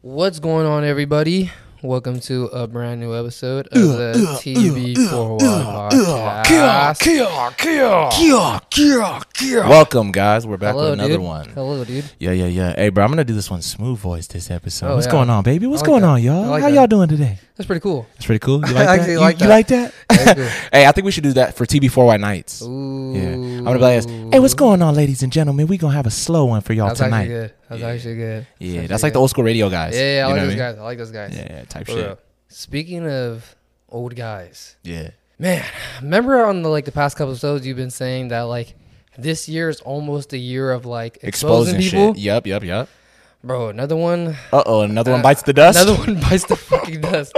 What's going on, everybody? Welcome to a brand new episode of the TV for podcast. Welcome, guys. We're back Hello, with another dude. one. Hello, dude. Yeah, yeah, yeah. Hey, bro, I'm gonna do this one smooth voice this episode. Oh, What's yeah. going on, baby? What's I like going that. on, I y'all? like How that. y'all doing today? That's pretty cool. That's pretty cool. You I like that? actually You- like you that. like that? That's cool. Hey, I think we should do that for TV4Y nights. Ooh. Yeah, I'm gonna be like, this, "Hey, what's going on, ladies and gentlemen? We gonna have a slow one for y'all That's actually tonight." good. That's Yeah. actually good. Yeah, actually that's like good. the old school radio guys. Yeah, yeah, I You like know those what guys. I like those I guys. mean? Yeah, yeah, type For shit. real. Speaking of old guys, Yeah, man, remember on the like the past couple episodes, you've been saying that like this year is almost a year of like exposing, exposing people, shit. Yep, yep, yep. bro. Another one. Uh oh, another one bites the dust. Another one bites the fucking dust.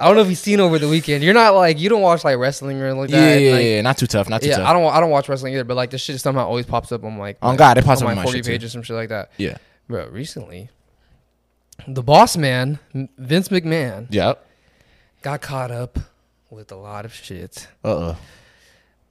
I don't know if you've seen over the weekend. You're not like you don't watch like wrestling or anything like Yeah, that. yeah, like, yeah. Not too tough. Not too yeah, tough. I don't I don't watch wrestling either, but like this shit somehow always pops up on like On God, it pops on up on my my 40 shit, too. page or some shit like that. yeah. Bro, recently, the boss man M- Vince McMahon Yep. got caught up with a lot of shit. Uh oh.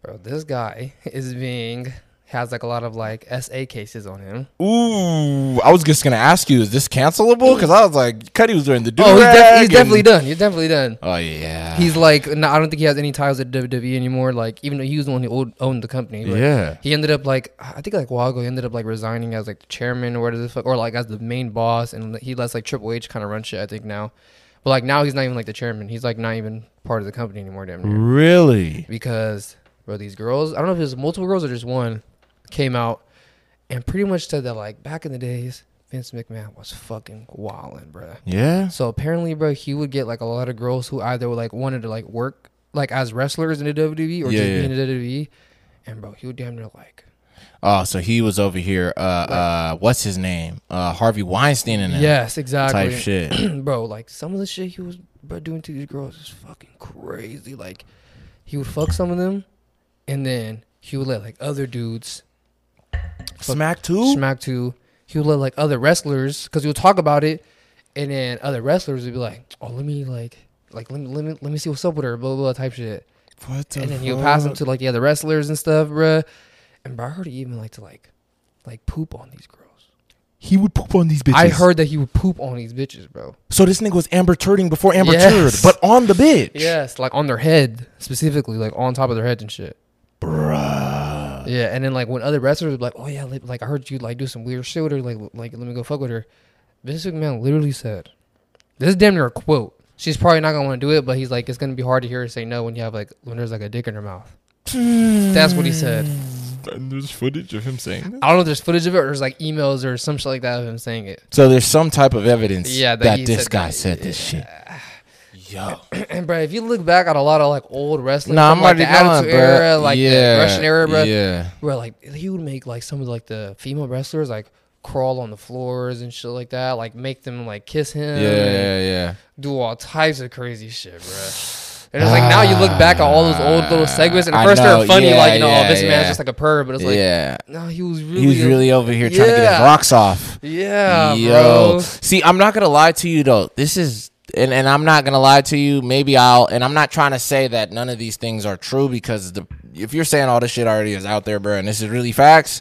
Bro, this guy is being has like a lot of like SA cases on him. Ooh, I was just gonna ask you, is this cancelable? Because I was like, Cuddy was wearing the do. Oh, he's, def- he's definitely done. He's definitely done. Oh yeah, He's like, no, I don't think he has any ties to WWE E anymore. Like, even though he was the one who owned- owned the company, but Yeah. he ended up like, I think like a while ago, he ended up like resigning as like the chairman or whatever the fuck, or like as the main boss, and he lets like Triple H kind of run shit. I think now, but like now he's not even like the chairman. He's like not even part of the company anymore, damn Mm. near. really. Because bro, these girls, I don't know if it was multiple girls or just one, came out and pretty much said that like back in the days, Vince McMahon was fucking wildin', bro. Yeah. So apparently, bro, he would get like a lot of girls who either like wanted to like work like as wrestlers in the WWE or Yeah, just yeah. be in the WWE, and bro, he would damn near like Oh, so he was over here. Uh, uh, what's his name? Uh, Harvey Weinstein and them yes, exactly, type shit. bro. Like some of the shit he was bro doing to these girls is fucking crazy. Like he would fuck some of them, and then he would let like other dudes Smack too. smack to. He would let like other wrestlers because he would talk about it, and then other wrestlers would be like, "Oh, let me like, like let me let me let me see what's up with her," blah blah, blah type shit. What the and then he'll pass them fuck? to like the other wrestlers and stuff, bruh. And bro, I heard he even like to like, like poop on these girls. He would poop on these bitches. I heard that he would poop on these bitches, bro. So this nigga was Amber Turding before Amber Yes. Turd, but on the bitch. Yes, like on their head specifically, like on top of their head and shit. Bruh. Yeah, and then like when other wrestlers would be like, oh yeah, li- like I heard you like do some weird shit with her, like like let me go fuck with her. Vince McMahon literally said, "This is damn near a quote." She's probably not gonna want to do it, but he's like, it's gonna be hard to hear her say no when you have like when there's like a dick in her mouth. That's what he said. And there's footage of him saying that. I don't know if there's footage of it or there's like emails or some shit like that of him saying it. So there's some type of evidence Yeah, that that, he this said- guy said this shit. Yo. And bro, if you look back at a lot of like old wrestling, Nah, from, I'm like already the knowing, Attitude bruh. Era, like yeah, the Russian Era, bro, Yeah. bro, like he would make like some of like the female wrestlers like crawl on the floors and shit like that, like make them like kiss him, Yeah, and yeah, yeah. do all types of crazy shit, bro. And it's like now you look back at all those old little segments, and at I first know, they're funny, yeah, like you know, oh, yeah, this man's yeah. just like a perv, but it's like, yeah. no, he was really, He was really over here trying to get Yeah. his rocks off. yeah, Yo. bro. See, I'm not gonna lie to you though. This is and and I'm not gonna lie to you. Maybe I'll and I'm not trying to say that none of these things are true because the if you're saying all this shit already is out there, bro, and this is really facts,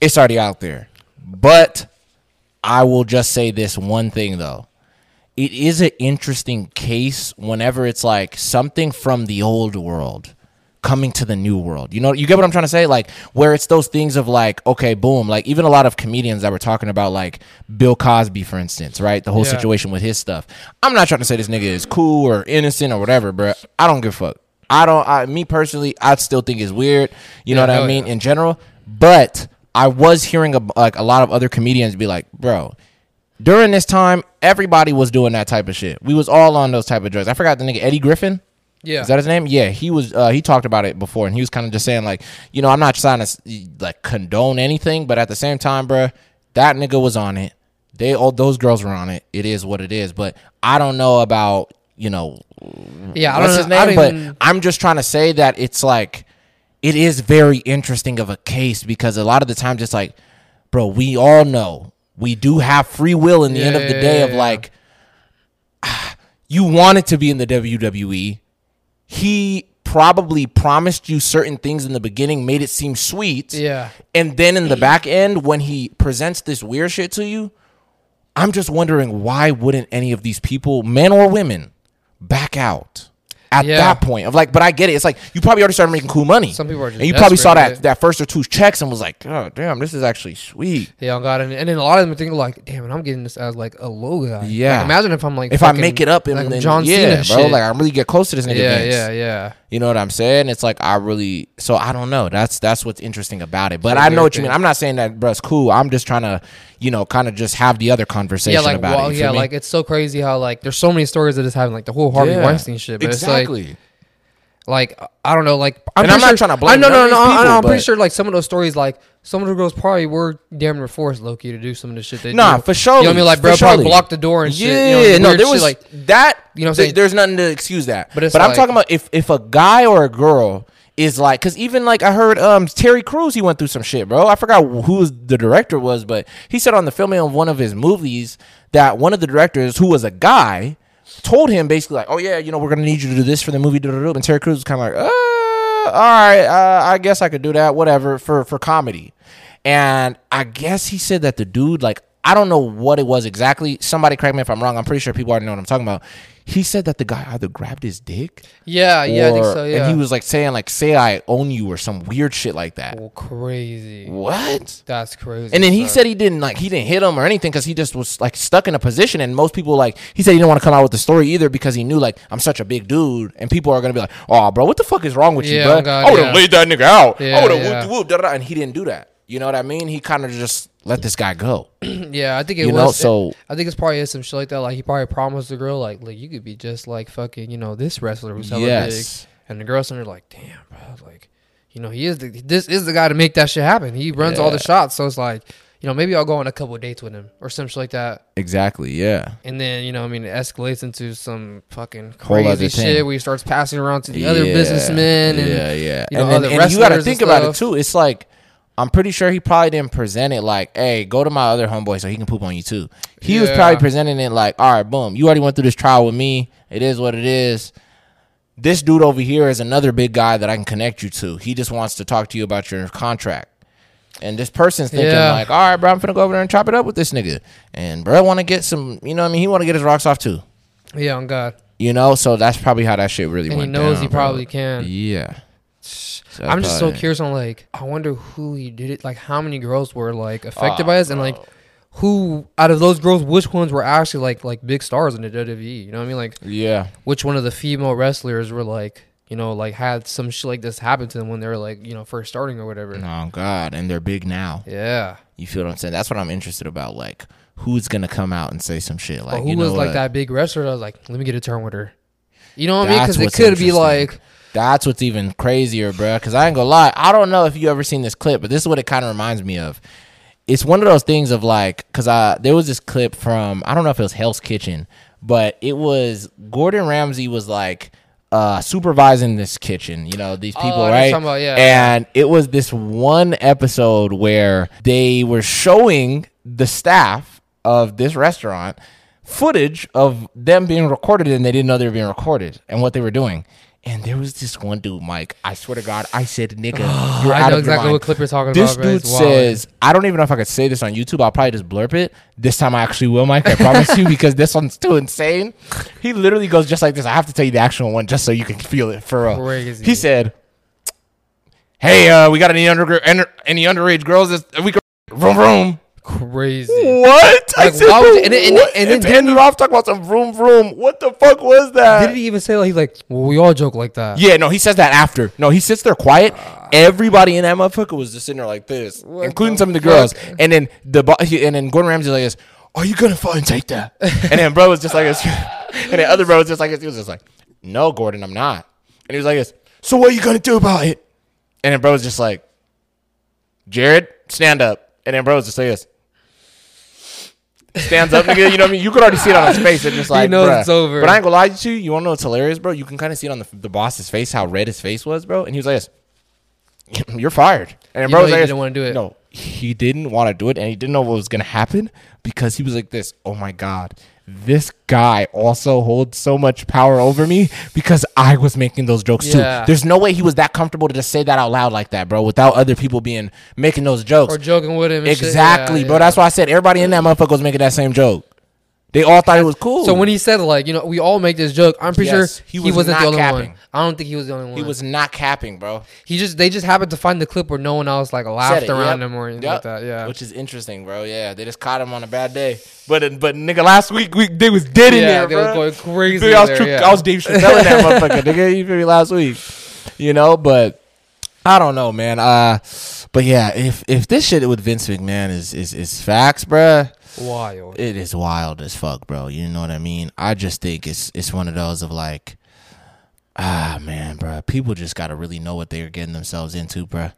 it's already out there. But I will just say this one thing though. It is an interesting case whenever it's like something from the old world coming to the new world. You know, you get what I'm trying to say? Like where it's those things of like, okay, boom, like even a lot of comedians that were talking about like Bill Cosby, for instance, right? The whole Yeah. situation with his stuff. I'm not trying to say this nigga is cool or innocent or whatever, bro. I don't give a fuck. I don't I me personally, I still think it's weird. You know Yeah, what I hell mean? yeah. In general. But I was hearing a, like a lot of other comedians be like, bro, during this time, everybody was doing that type of shit. We was all on those type of drugs. I forgot the nigga Eddie Griffin. Yeah. Is that his name? Yeah, he was. Uh, he talked about it before, and he was kind of just saying like, you know, I'm not trying to s- like condone anything, but at the same time, bruh, that nigga was on it. They all those girls were on it. It is what it is. But I don't know about you know yeah, I what's don't his know. I name, don't but even- I'm just trying to say that it's like it is very interesting of a case because a lot of the times it's like, bro, we all know we do have free will in the end of the Yeah, day of yeah, yeah. like you wanted to be in the WWE. He probably promised you certain things in the beginning, made it seem sweet. Yeah. And then in the back end, when he presents this weird shit to you, I'm just wondering why wouldn't any of these people, men or women, back out at Yeah. that point of like, but I get it. It's like you probably already started making cool money. Some people are just and you probably saw desperate, that right? that first or two checks and was like, oh damn, this is actually sweet. They all got it. And then a lot of them think like, damn, it, I'm getting this as like a low guy. Yeah. Like, imagine if I'm like, If fucking- I make it up and like I'm then John yeah, Cena, bro, shit. like I really get close to this nigga. yeah, Vince. yeah, yeah. You know what I'm saying? It's like I really so I don't know. That's that's what's interesting about it. But a I know weird what you mean. thing. I'm not saying that bruh's cool. I'm just trying to, you know, kind of just have the other conversation Yeah, like about wow, it. You feel yeah, me? like it's so crazy how like there's so many stories that is happening, like the whole Harvey Yeah. Weinstein shit. But exactly. it's like, like I don't know, like I'm, And I'm pretty not sure- trying to blame I, no, none no, of no, I- these people, I'm pretty but- sure like some of those stories, like some of the girls probably were damn near forced Loki to do some of the shit. They Nah, do. for sure. You know what I mean? Like, bro, probably blocked blocked the door and shit. Yeah, you know, no, weird there shit, was like that. You know what I'm th- saying? there's nothing to excuse that. But But, it's I'm like- talking about if if a guy or a girl is like, because even like I heard um Terry Crews, he went through some shit, bro. I forgot who the director was, but he said on the filming of one of his movies that one of the directors who was a guy told him basically like, oh yeah, you know we're gonna need you to do this for the movie, da-da-da. and Terry Crews was kind of like, uh all right, uh, I guess I could do that, whatever, for for comedy. And I guess he said that the dude, like, I don't know what it was exactly. Somebody correct me if I'm wrong. I'm pretty sure people already know what I'm talking about. He said that the guy either grabbed his dick, yeah, Uh, yeah, I think or- so. Yeah, and he was like saying, like, say I own you or some weird shit like that. Well, crazy. What? That's crazy. And then he bro. said he didn't like he didn't hit him or anything because he just was like stuck in a position. And most people like he said he didn't want to come out with the story either because he knew like I'm such a big dude and people are gonna be like, oh, bro, what the fuck is wrong with Yeah, you, bro? oh, God, I would have yeah. laid that nigga out. Yeah, I would have yeah. whoop whoop da da. And he didn't do that. You know what I mean? He kind of just let this guy go. Yeah, I think it You was. know, so- I think it's probably is some shit like that. Like he probably promised the girl, like, look, you could be just like fucking, you know, this wrestler who's hella Yes. big, and the girl's sitting there like, damn, bro, like, you know, he is the this is the guy to make that shit happen. He runs all the shots, so it's like, you know, maybe I'll go on a couple of dates with him or some shit like that, Exactly. Yeah. and then you know, I mean, it escalates into some fucking Whole other crazy shit thing. where he starts passing around to the other businessmen, and yeah, yeah, you know, and, then- other and you got wrestlers to and think about it stuff. too. It's like I'm pretty sure he probably didn't present it like, "Hey, go to my other homeboy so he can poop on you too." He was Yeah. probably presenting it like, "All right, boom, you already went through this trial with me. It is what it is." This dude over here is another big guy that I can connect you to. He just wants to talk to you about your contract. And this person's thinking Yeah. like, all right, bro, I'm finna go over there and chop it up with this nigga. And bro, want to get some, you know, what I mean, he want to get his rocks off too, yeah, on God, you know. So that's probably how that shit really and he went. knows down, he bro. probably can. Yeah. I'm just so probably- curious on like I wonder who he did it like how many girls were like Oh, affected by this and like who out of those girls which ones were actually like like big stars in the WWE you know what I mean like Yeah. which one of the female wrestlers were like you know like had some shit like this happen to them when they were like you know first starting or whatever Oh God, and they're big now. yeah You feel what I'm saying? That's what I'm interested about. Like, who's gonna come out and say some shit? Like, or who you know was like what? that big wrestler that was like let me get a turn with her you know what I mean That's because it what's could be interesting. like That's what's even crazier, bruh. Because I ain't gonna lie, I don't know if you ever seen this clip, but this is what it kind of reminds me of. It's one of those things of like, because I there was this clip from I don't know if it was Hell's Kitchen, but it was Gordon Ramsay was like uh supervising this kitchen, you know, these Oh, I people, know what you're right? talking about, yeah. And it was this one episode where they were showing the staff of this restaurant footage of them being recorded and they didn't know they were being recorded and what they were doing. And there was this one dude, Mike. I swear to God, I said, "Nigga, you're I out know of your exactly mind." what clip you're talking this about, bro. dude It's wild. says, "I don't even know if I could say this on YouTube. I'll probably just blurb it. This time, I actually will, Mike. I promise you, because this one's too insane." He literally goes just like this. I have to tell you the actual one just so you can feel it for real. Crazy. He said, "Hey, uh, we got any under under- any underage girls? That we could vroom vroom." Crazy. What? I Like, why would you- and and then, then- and then- and then ended off talking about some vroom vroom. What the fuck was that? Did he even say like he's like, well, we all joke like that? Yeah, no, he says that after. No, he sits there quiet. Everybody in that motherfucker was just sitting there like this, including some of the girls. And then the bo- he, and then Gordon Ramsay like this. Are you gonna fucking take that? and then bro was just like this, and then other bro was just like this. He was just like, "No, Gordon, I'm not." And he was like this. So what are you gonna do about it? And then bro was just like, "Jared, stand up." And then bro was just like this. Stands up, nigga. You know what I mean? You could already see it on his face. It's just like, knows bruh. it's over. But I ain't gonna lie to you. You wanna know what's hilarious, bro? You can kind of see it on the, the boss's face how red his face was, bro. And he was like, this, "You're fired." And You bro know was he like, didn't wanna do it. No, he didn't want to do it, and he didn't know what was gonna happen because he was like, "This, oh my god." This guy also holds so much power over me because I was making those jokes Yeah. too. There's no way he was that comfortable to just say that out loud like that, bro, without other people being making those jokes. Or joking with him. and shit. Exactly, Yeah, bro. yeah. That's why I said everybody in that motherfucker was making that same joke. They all thought it was cool. So when he said like, you know, we all make this joke, I'm pretty Yes, sure he he, was was not not the only capping. one. I don't think he was the only one. he was not capping, bro. He just they just happened to find the clip where no one else like Said laughed it, around yep, him or anything yep. like that. Yeah. which is interesting, bro. Yeah, they just caught him on a bad day. But uh, but nigga, last week we they was dead in yeah, there, they bro. were going crazy. Dude, I was there, true, yeah. I was Dave Chappelle in that motherfucker, nigga. You feel me? Last week, you know, but I don't know, man. Uh, but yeah, if if this shit with Vince McMahon is is is facts, bruh. wild. it is wild as fuck, bro. You know what I mean? I just think it's it's one of those of like, ah, man, bro. People just gotta really know what they're getting themselves into, bro.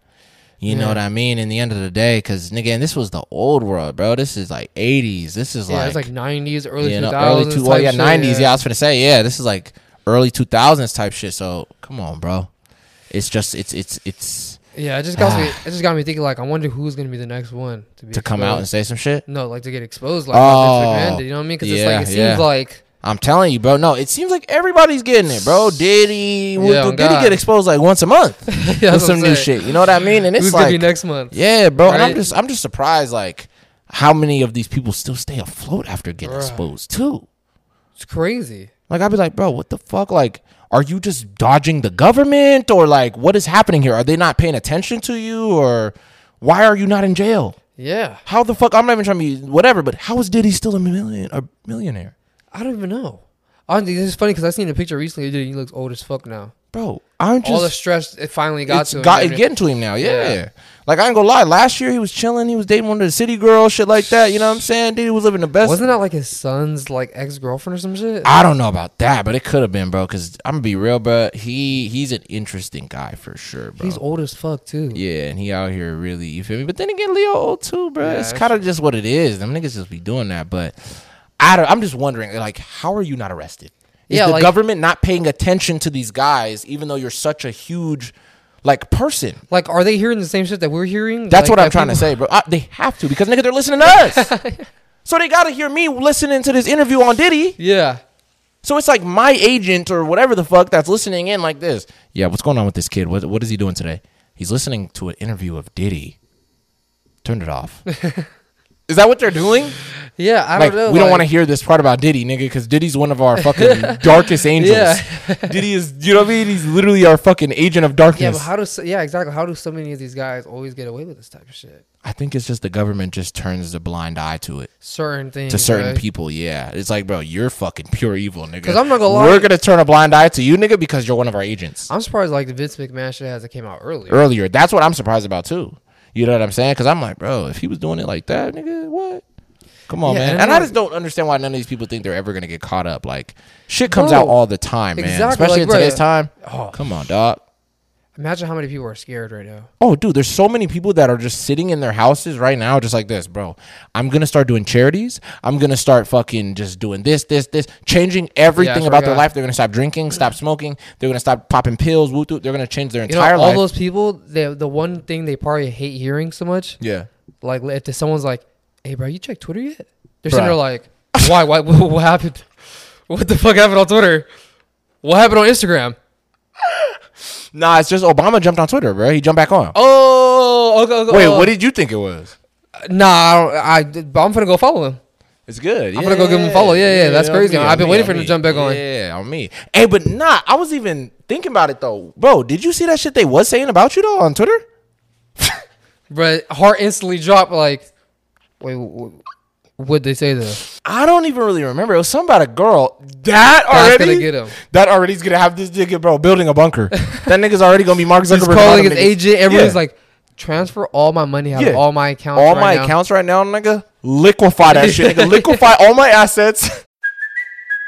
You know Yeah. what I mean? In the end of the day, because nigga, and this was the old world, bro. This is like '80s. This is yeah, like, it's like 90s, early you 2000s. know, early two, well, type yeah, shit, '90s. Yeah. I was gonna say, yeah, this is like early 2000s type shit. So come on, bro. It's just it's it's it's Yeah, it just got me. It just got me thinking. Like, I wonder who's gonna be the next one to, be Ah. to come out and exposed. say some shit. No, like to get exposed. Like, oh, Oh, Vince McMahon did, you know what I mean? Because it's yeah, like it seems yeah. like I'm telling you, bro. No, it seems like everybody's getting it, bro. Diddy, Yeah, yeah, on Diddy God. get exposed like once a month Yeah, with that's what some I'm new saying. shit. You know what I mean? And it's who's gonna like, be next month? yeah, bro. And I'm Right. just, I'm just surprised, like, how many of these people still stay afloat after getting Bruh. exposed too? It's crazy. Like, I'd be like, bro, what the fuck? Like, are you just dodging the government, or like, what is happening here? Are they not paying attention to you, or why are you not in jail? Yeah, How the fuck? I'm not even trying to be whatever, but how is Diddy still a million, a millionaire, I don't even know. Honestly, this is funny because I seen a picture recently. Dude, he looks old as fuck now. bro? I'm just All the stress it finally got it's to him. you got know it what I mean? getting to him now. Yeah. Yeah. Like I ain't gonna lie, last year he was chilling. He was dating one of the city girls, shit like that. You know what I'm saying? Dude, he was living the best. Wasn't that like his son's like ex girlfriend or some shit? I don't know about that, but it could have been, bro. Because I'm gonna be real, bro. He he's an interesting guy for sure, bro. He's old as fuck too. yeah, and he out here really, you feel me? But then again, Leo old too, bro. Yeah, it's that's kind of just what it is. Them niggas just be doing that. But I don't, I'm just wondering, like, how are you not arrested? Is Yeah, the like- government not paying attention to these guys, even though you're such a huge, like, person? Like, are they hearing the same shit that we're hearing? That's Like, what I'm that trying to people- say, bro. I, they have to because nigga, they're listening to us. so they gotta hear me listening to this interview on Diddy. Yeah. So it's like my agent or whatever the fuck that's listening in like this. Yeah, what's going on with this kid? What what is he doing today? He's listening to an interview of Diddy. Turned it off. is that what they're doing? Yeah, I Like don't know. we don't want to like- hear this part about Diddy, nigga, because Diddy's one of our fucking darkest angels. Diddy is, you know what I mean? He's literally our fucking agent of darkness. Yeah, but how do so- yeah exactly how do so many of these guys always get away with this type of shit? I think it's just the government just turns a blind eye to it. Certain things to certain right? people. Yeah, it's like, bro, you're fucking pure evil, nigga. 'Cause I'm not gonna lie- we're gonna turn a blind eye to you, nigga, because you're one of our agents. I'm surprised like the Vince McMahon shit hasn't came out earlier. Earlier, that's what I'm surprised about too. You know what I'm saying? Because I'm like, bro, if he was doing it like that, nigga, what? Come on, Yeah, man. and And I like- just don't understand why none of these people think they're ever gonna get caught up. Like, shit comes Bro, out all the time, man. exactly, Especially like, in bro. today's time. Oh. Come on, dog. Imagine how many people are scared right now. Oh, dude, there's so many people that are just sitting in their houses right now, just like this, bro. I'm gonna start doing charities. I'm gonna start fucking just doing this, this, this, changing everything swear about to their God. life. They're gonna stop drinking, stop smoking. They're gonna stop popping pills. Woo, doo. They're gonna change their You entire know, all life. those people, they, the one thing they probably hate hearing so much, yeah, like if someone's like, "Hey, bro, you check Twitter yet?" They're sitting Bruh. there like, Why? Why? What, what happened? What the fuck happened on Twitter? What happened on Instagram? Nah, it's just Obama jumped on Twitter, bro. He jumped back on. Oh, okay. okay Wait, oh. what did you think it was? Nah, I, don't- I. But I'm gonna go follow him. It's good. I'm gonna go give him a follow. Yeah, yeah, that's on crazy. me, I've on been me, waiting on for him to me. jump back on. Yeah, on me. Hey, but nah, I was even thinking about it though, bro. Did you see that shit they was saying about you though on Twitter? But heart instantly dropped. Like, wait, what they say though? I don't even really remember. It was something about a girl. That That's already gonna get him. That already's gonna have this nigga, bro, building a bunker. that nigga's already gonna be Mark Zuckerberg. He's and all calling them his niggas. agent. Everyone's Yeah. like, transfer all my money out Yeah. of all my accounts. all right my now." accounts right now, nigga. Liquefy that shit, nigga. Liquefy all my assets.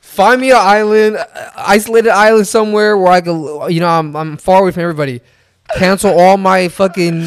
Find me an island, uh, isolated island somewhere where I can, you know, I'm, I'm far away from everybody. Cancel all my fucking,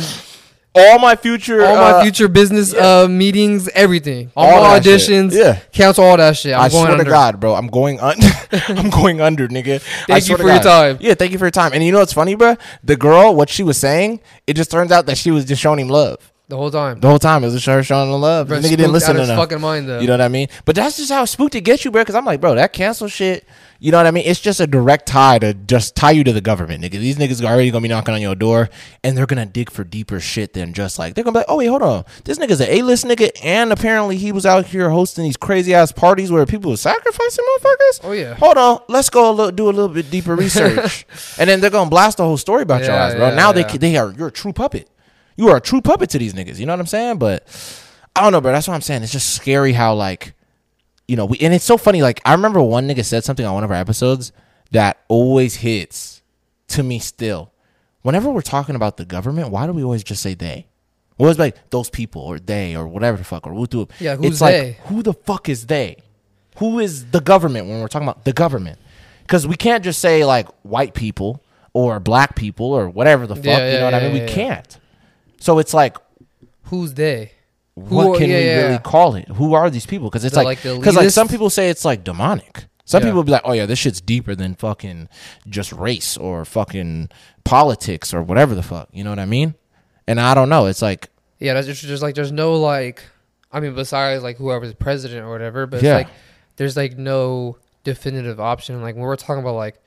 all my future, all my uh, future business uh, meetings, everything, all, All my of that shit. auditions. Yeah. cancel all that shit. I'm I going swear under. to God, bro, I'm going under. I'm going under, nigga. Thank I you swear to for your God. time. Yeah, thank you for your time. And you know what's funny, bro? The girl, what she was saying, it just turns out that she was just showing him love the whole time. the whole time. It was just her showing him love. Bro, the nigga spooked didn't listen out to his enough. fucking mind, though. You know what I mean? But that's just how spooked it gets you, bro. Because I'm like, bro, that cancel shit. You know what I mean? It's just a direct tie to just tie you to the government, nigga. These niggas are already gonna be knocking on your door, and they're gonna dig for deeper shit than just like they're gonna be like, oh wait, hold on, this nigga's an A-list nigga, and apparently he was out here hosting these crazy ass parties where people were sacrificing motherfuckers. Oh, yeah. Hold on, let's go a little, do a little bit deeper research, and then they're gonna blast the whole story about your Yeah, ass, bro. yeah, now yeah. they they are you're a true puppet. You are a true puppet to these niggas. You know what I'm saying? But I don't know, bro. That's what I'm saying. It's just scary how like, you know, we and it's so funny. Like I remember one nigga said something on one of our episodes that always hits to me still. Whenever we're talking about the government, why do we always just say they? Well, it's like those people or they or whatever the fuck or we'll do it. Yeah, who's it's like, they? Who the fuck is they? Who is the government when we're talking about the government? Because we can't just say like white people or black people or whatever the fuck. Yeah, you yeah, know what I yeah, mean? we yeah, yeah. can't. So it's like, Who's they? Who what are- can yeah, we yeah. really call it? Who are these people? Because it's They're like, like the because like, elitist? some people say it's like demonic. Some Yeah. people be like, oh yeah, this shit's deeper than fucking just race or fucking politics or whatever the fuck. You know what I mean? And I don't know. It's like, Yeah, that's just, just like there's no like, I mean, besides like whoever's president or whatever, but Yeah. it's like there's like no definitive option. Like when we're talking about like,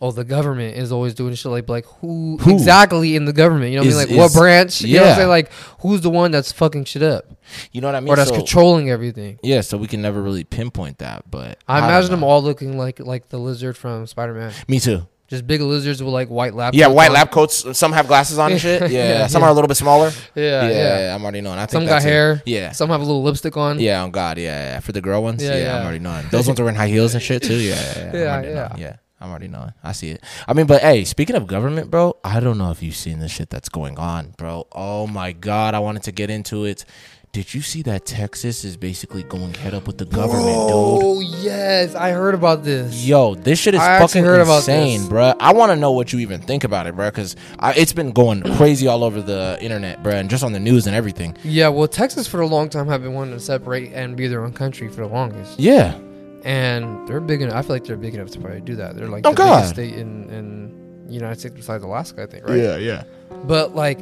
oh, the government is always doing shit like like who, Who? exactly in the government? You know what I mean? Is- Like what is- branch? You know what yeah. I'm saying? Like who's the one that's fucking shit up you know what I mean? or that's So- controlling everything? Yeah, so we can never really pinpoint that, but I, don't imagine them know. all looking like like the lizard from Spider Man, Me too. just big lizards with like white lab. Yeah, coats white on. lab coats. Some have glasses on and shit. Yeah, Yeah, some yeah. are a little bit smaller. Yeah, yeah. I'm already knowing. I think Some that got too. hair. Yeah, Some have a little lipstick on. yeah. Oh God, yeah. yeah. For the girl ones, yeah, Yeah, I'm yeah. already knowing. Those ones are in high heels and shit too. Yeah, Yeah, yeah, yeah. I'm already yeah. knowing. yeah. I'm already knowing. I see it. I mean, but hey, speaking of government, bro, I don't know if you've seen the shit that's going on, bro. Oh my God, I wanted to get into it. Did you see that Texas is basically going head up with the government, dude? Oh yes, I heard about this. Yo, this shit is I actually fucking heard about insane, this. bruh. I want to know what you even think about it, bruh, because it's been going crazy all over the internet, bruh, and just on the news and everything. Yeah, well, Texas for a long time have been wanting to separate and be their own country for the longest, Yeah, and they're big enough. I feel like they're big enough to probably do that. They're like Oh, the God. biggest state in in the United States besides Alaska, I think, right? yeah. But like,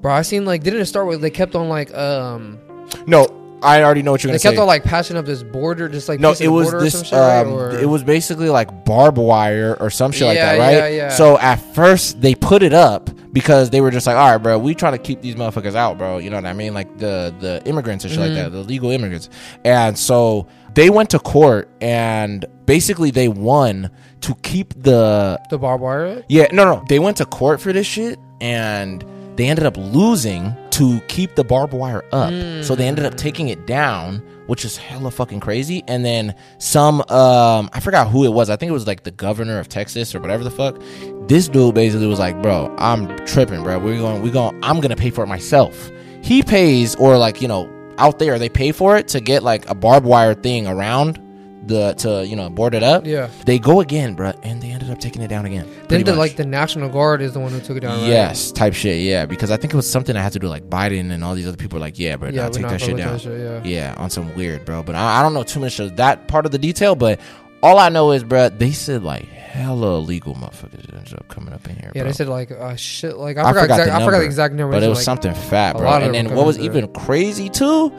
bro, I seen like didn't it start with they kept on like um No, I already know what you're they gonna kept say. on like patching up this border, just like no, piece of it the was border or some this. shit, right? um, Or- it was basically like barbed wire or some shit like Yeah, that, right? yeah, yeah. So at first they put it up because they were just like, all right, bro, we trying to keep these motherfuckers out, bro. You know what I mean? Like the the immigrants and shit Mm-hmm. like that, the legal immigrants. And so they went to court and basically they won to keep the the barbed wire. yeah, no, no. They went to court for this shit and they ended up losing to keep the barbed wire up. So they ended up taking it down, which is hella fucking crazy. And then some, um, I forgot who it was. I think it was like the governor of Texas or whatever the fuck. This dude basically was like, bro, I'm tripping, bro. We're going, we're going, I'm going to pay for it myself. He pays, or like, you know, out there. They pay for it to get like a barbed wire thing around the to you know board it up. Yeah. They go again, bruh, and they ended up taking it down again. Then pretty the much. like the National Guard is the one who took it down. right? Yes, type shit. Yeah, because I think it was something I had to do like Biden and all these other people were like, yeah, bro, Yeah, nah, we're take not that gonna shit let down. that shit, yeah. on some weird, bro. But I, I don't know too much of that part of the detail. But all I know is, bro, they said like hella illegal motherfuckers ended up coming up in here. Yeah, bro. they said like uh, shit. Like I, forgot, exact, the I forgot number, the exact number. but it so, was like, something fat, a bro. lot of And them then come what was into even crazy too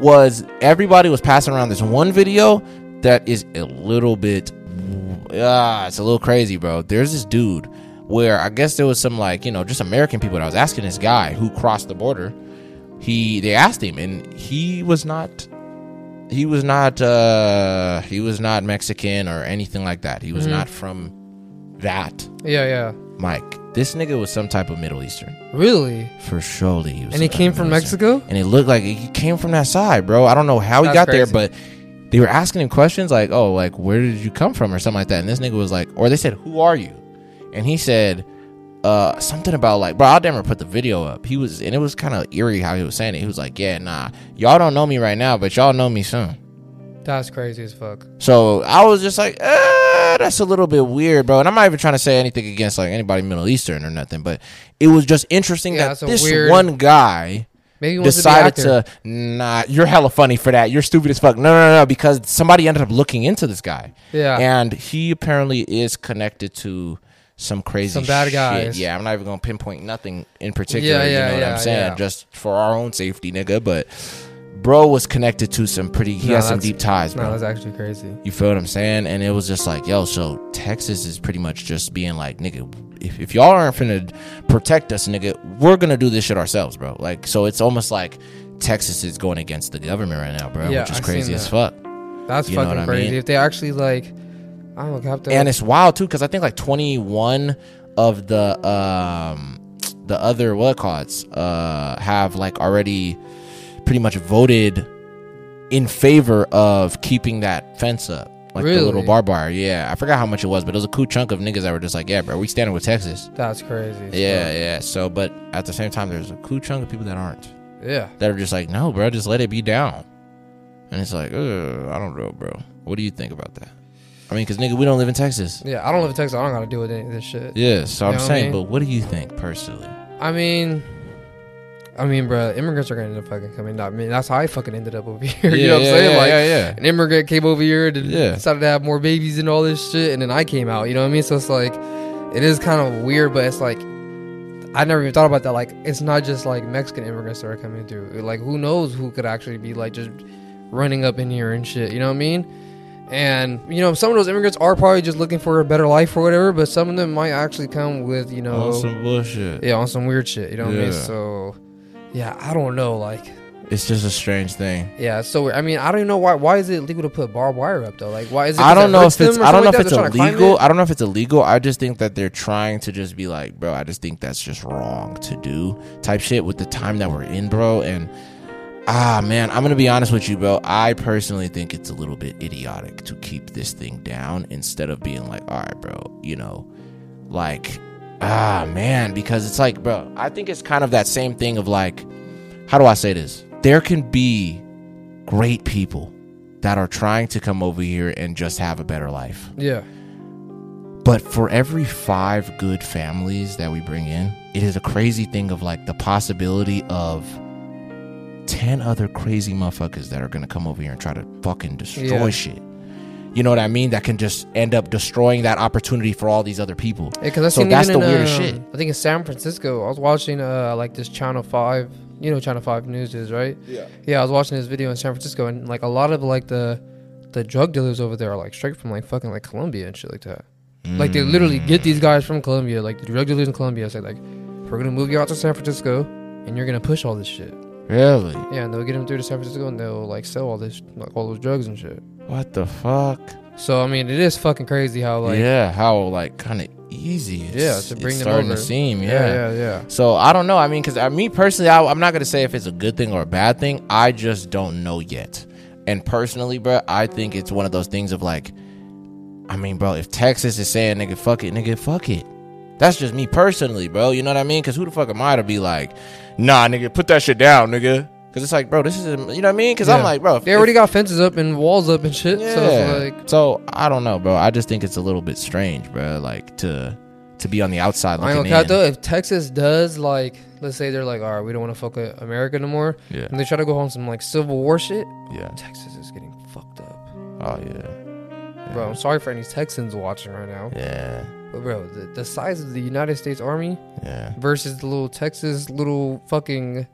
was everybody was passing around this one video that is a little bit, ah, it's a little crazy, bro. There's this dude where I guess there was some like you know just American people. that was asking this guy who crossed the border. He they asked him and he was not. He was not uh he was not Mexican or anything like that. He Mm-hmm. was not from that. Yeah, Mike, this nigga was some type of Middle Eastern. yeah. Really? For surely he was. And he some came type of from Middle Eastern. Mexico? And it looked like he came from that side, bro. I don't know how he That's got there, crazy. but they were asking him questions like, "Oh, like where did you come from?" or something like that. And this nigga was like, or they said, "Who are you?" And he said uh something about like, bro, I'll never put the video up. He was, and it was kind of eerie how he was saying it. He was like, "Yeah, nah, y'all don't know me right now, but y'all know me soon." That's crazy as fuck. So I was just like, eh, that's a little bit weird, bro. And I'm not even trying to say anything against like anybody Middle Eastern or nothing, but it was just interesting Yeah, that it's a this weird- one guy Maybe he wants decided to, be to, nah, you're hella funny for that. You're stupid as fuck. No, no, no, because somebody ended up looking into this guy. Yeah. And he apparently is connected to some crazy Some bad shit. guys. Yeah, I'm not even going to pinpoint nothing in particular. Yeah, yeah, you know what yeah, I'm saying? yeah. Just for our own safety, nigga. But bro was connected to some pretty, he No, has some that's- deep ties, bro. No, that's actually crazy. You feel what I'm saying? And it was just like, yo, so Texas is pretty much just being like, nigga, if, if y'all aren't finna protect us, nigga, we're gonna do this shit ourselves, bro. Like, so it's almost like Texas is going against the government right now, bro, Yeah, which is I crazy seen that. as fuck. That's You know what fucking I crazy. mean? If they actually like, I don't know, have to. And it's wild too, because I think like 21 of the um the other what cards uh have like already pretty much voted in favor of keeping that fence up. Like the little Really? barbed wire. Yeah. I forgot how much it was, but it was a cool chunk of niggas that were just like, Yeah, bro, we standing with Texas. that's crazy. as Yeah, yeah. So but at the same time there's a cool chunk of people that aren't. fuck. yeah. That are just like, No, bro, just let it be down. And it's like, Ugh, I don't know, bro. What do you think about that? I mean, because nigga, we don't live in Texas. Yeah, I don't live in Texas. I don't got to deal with any of this shit. Yeah, so You I'm know what I saying, mean? but what do you think personally? I mean, I mean, bro, immigrants are gonna end up fucking coming. I mean, that's how I fucking ended up over here. you know what I'm saying? like, yeah, an immigrant came over here and Yeah. decided to have more babies and all this shit, and then I came out. You know what I mean? So it's like, it is kind of weird, but it's like, I never even thought about that. Like, it's not just like Mexican immigrants that are coming through. Like, who knows who could actually be like just running up in here and shit. You know what I mean? And you know, some of those immigrants are probably just looking for a better life or whatever, but some of them might actually come with you know Some bullshit. yeah, on some weird shit. You know what I Yeah. mean? So, yeah, I don't know. Like, It's just a strange thing. yeah, it's so weird. I mean, I don't even know why. Why is it illegal to put barbed wire up though? Like, why is it? 'cause I it don't know hurts if it's them or I don't something like know if that? it's They're trying to climb illegal. it? I don't know if it's illegal. I just think that they're trying to just be like, bro, I just think that's just wrong to do type shit with the time that we're in, bro. And ah man, I'm gonna be honest with you, bro. I personally think it's a little bit idiotic to keep this thing down instead of being like, all right, bro, you know, like ah man, because it's like, bro, I think it's kind of that same thing of like, how do I say this? There can be great people that are trying to come over here and just have a better life. Yeah, But for every five good families that we bring in, it is a crazy thing of like the possibility of 10 other crazy motherfuckers that are gonna come over here and try to fucking destroy Yeah. shit. You know what I mean? That can just end up destroying that opportunity for all these other people. because I So seen that's even the in, weirdest um, shit. I think in San Francisco, I was watching uh like this Channel Five, you know, Channel Five News is right. Yeah, yeah, I was watching this video in San Francisco, and like a lot of like the the drug dealers over there are like straight from like fucking like Colombia and shit like that. Like they literally Mm, get these guys from Colombia, like the drug dealers in Colombia, say like, we're gonna move you out to San Francisco, and you're gonna push all this shit. Really? Yeah, and they'll get them through to San Francisco and they'll like sell all this, like all those drugs and shit. What the fuck? So I mean, it is fucking crazy how like yeah, yeah, how like kind of easy it's, Yeah, to bring it's them starting over. to seem. yeah, yeah, yeah. So I don't know. I mean, because I, me personally, I, I'm not gonna say if it's a good thing or a bad thing. I just don't know yet. And personally, bro, I think it's one of those things of like, I mean, bro, if Texas is saying nigga, fuck it, nigga, fuck it. That's just me personally, bro. You know what I mean? Because who the fuck am I to be like, nah, nigga, put that shit down, nigga. Because it's like, bro, this is you know what I mean? Because I'm Yeah. like, bro, they already got fences up and walls up and shit. So it's like, so I don't know, bro. I just think it's a little bit strange, bro. Like to to be on the outside I ain't gonna looking count in. though. If Texas does like, let's say they're like, all right, we don't want to fuck with America no more, Yeah. and they try to go on some like Civil War shit, Yeah. Texas is getting fucked up, Oh yeah. bro. I'm sorry for any Texans watching right now, Yeah. but bro, the, the size of the United States Army Yeah. versus the little Texas little fucking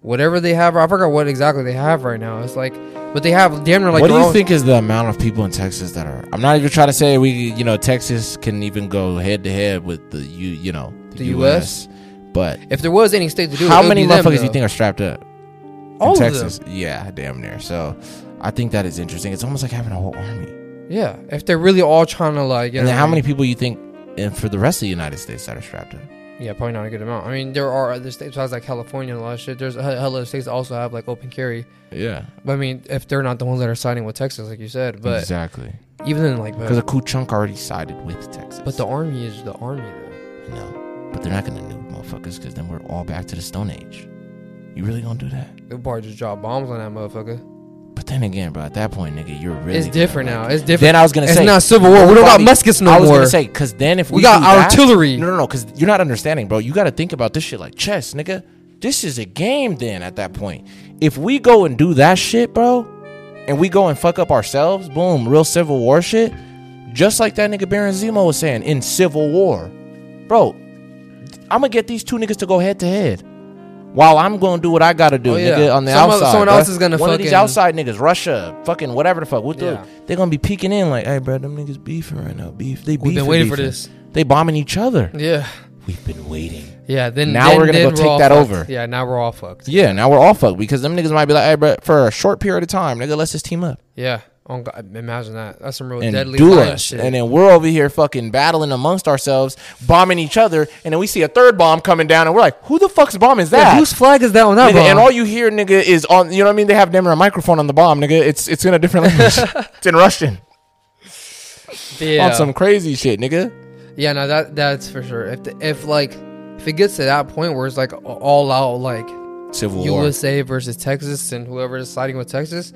whatever they have. I forgot what exactly they have right now. It's like, but they have damn near like. what do their you own- think is the amount of people in Texas that are? I'm not even trying to say we, you know, Texas can even go head to head with the you, you know, The US? But If there was any state to do, it, it how would many be them, motherfuckers do you though. think are strapped up All in of them. Texas? Yeah, damn near. So I think that is interesting. It's almost like having a whole army. Yeah, if they're really all trying to like, you and know, then how I many mean- people you think, and for the rest of the United States that are strapped up? Yeah, probably not a good amount. I mean, there are other states besides like California and a lot of shit. There's a hell of states that also have like open carry. Yeah, But I mean, if they're not the ones that are siding with Texas, like you said, but exactly. even then, like, Because a but, cool chunk already sided with Texas. but the army is the army though. no, but they're not gonna nuke motherfuckers because then we're all back to the Stone Age. You really gonna do that? They'll probably just drop bombs on that motherfucker. But then again, bro, at that point, nigga, you're really. it's gonna, different like- now. It's different. Then I was gonna it's say not civil war. We don't got nobody- muskets no I was more. gonna say because then if We we, got do that- artillery. no, no, no, because you're not understanding, bro. You got to think about this shit like chess, nigga. This is a game. Then at that point, if we go and do that shit, bro, and we go and fuck up ourselves, boom, real civil war shit. Just like that nigga Baron Zemo was saying in Civil War, bro. I'm gonna get these two niggas to go head to head. While I'm gonna do what I gotta do, Oh, yeah. nigga, on the Some other- outside. someone bruh. else is gonna One of these fucking- outside niggas, Russia, fucking whatever the fuck. What Yeah. the, they're gonna be peeking in like, hey, bro, them niggas beefing right now. Beef. They beefing. been waiting for beefing. this. They bombing each other. Yeah, We've been waiting. yeah. Then Now then- we're gonna then go take all that fucked. over. Yeah, now we're all fucked. Yeah, now we're all fucked because them niggas might be like, hey, bro, for a short period of time, nigga, let's just team up Yeah. Oh, God, imagine that. That's some real and deadly do science us. shit. And then we're over here fucking battling amongst ourselves, bombing each other, and then we see a third bomb coming down, and we're like, who the fuck's bomb is that? yeah, whose flag is that on that Nigga, and bomb? all you hear, nigga, is on. You know what I mean? They have damn near a microphone on the bomb, nigga. It's it's in a different language. it's in Russian. yeah. On some crazy shit, nigga. Yeah, no, that that's for sure. If the, if like if it gets to that point where it's like a- all out like Civil War. USA versus Texas and whoever is siding with Texas,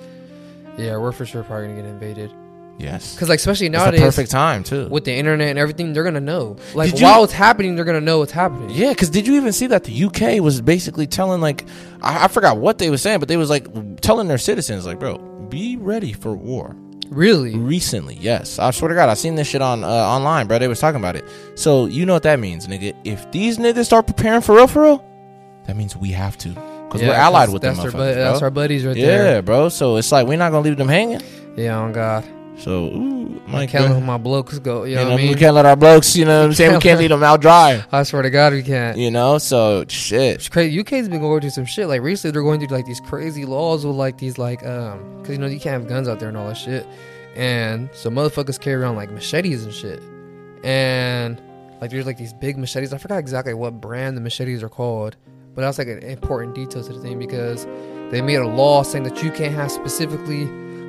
yeah, we're for sure probably gonna get invaded. Yes. Cause like especially It's the nowadays perfect time too. with the internet and everything, they're gonna know. Like Did you- while it's happening, they're gonna know what's happening. Yeah, because did you even see that the UK was basically telling like I, I forgot what they were saying, but they was like telling their citizens like, bro, be ready for war. Really? Recently, yes, I swear to God, I seen this shit on uh, online, bro. They was talking about it. So you know what that means, nigga. If these niggas start preparing for real, for real, that means we have to because Yeah, we're allied with them. that's motherfuckers, Our bud- That's bro. our buddies right yeah, there. bro. So it's like we're not gonna leave them hanging. Yeah. Oh God. So ooh, I Mike, can't bro. let my blokes go. You you know, know, what I we mean? can't let our blokes. You know, what I'm saying we can't can't let- leave them out dry. I swear to God, we can't. You know, so shit. It's crazy. UK's been going through some shit. Like recently, they're going through like these crazy laws with like these like um, cause you know you can't have guns out there and all that shit. And so motherfuckers carry around like machetes and shit. And like there's like these big machetes. I forgot exactly what brand the machetes are called, but that's like an important detail to the thing because they made a law saying that you can't have specifically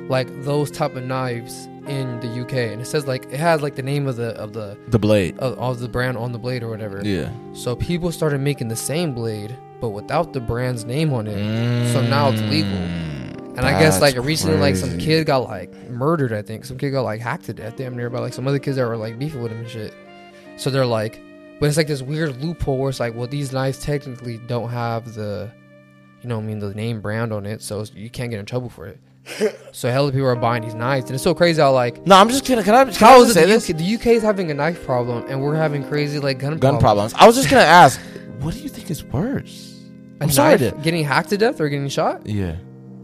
like those type of knives in the UK. And it says like it has like the name of the of the The blade. of, of the brand on the blade or whatever. Yeah. So people started making the same blade, but without the brand's name on it. so now it's legal. And I guess like Mm, that's recently, like some crazy. kid got like murdered. I think some kid got like hacked to death damn near by like some other kids that were like beefing with him and shit. So they're like, but it's like this weird loophole where it's like, well, these knives technically don't have the, you know, what I mean, the name brand on it, so you can't get in trouble for it. so hell, people are buying these knives, and it's so crazy how like. No, I'm just gonna. Can I? Can I How just is say it the this? UK, the UK is having a knife problem, and we're having crazy like gun Gun problems. I was just gonna ask. What do you think is worse? A I'm sorry. knife? To, getting hacked to death or getting shot? yeah,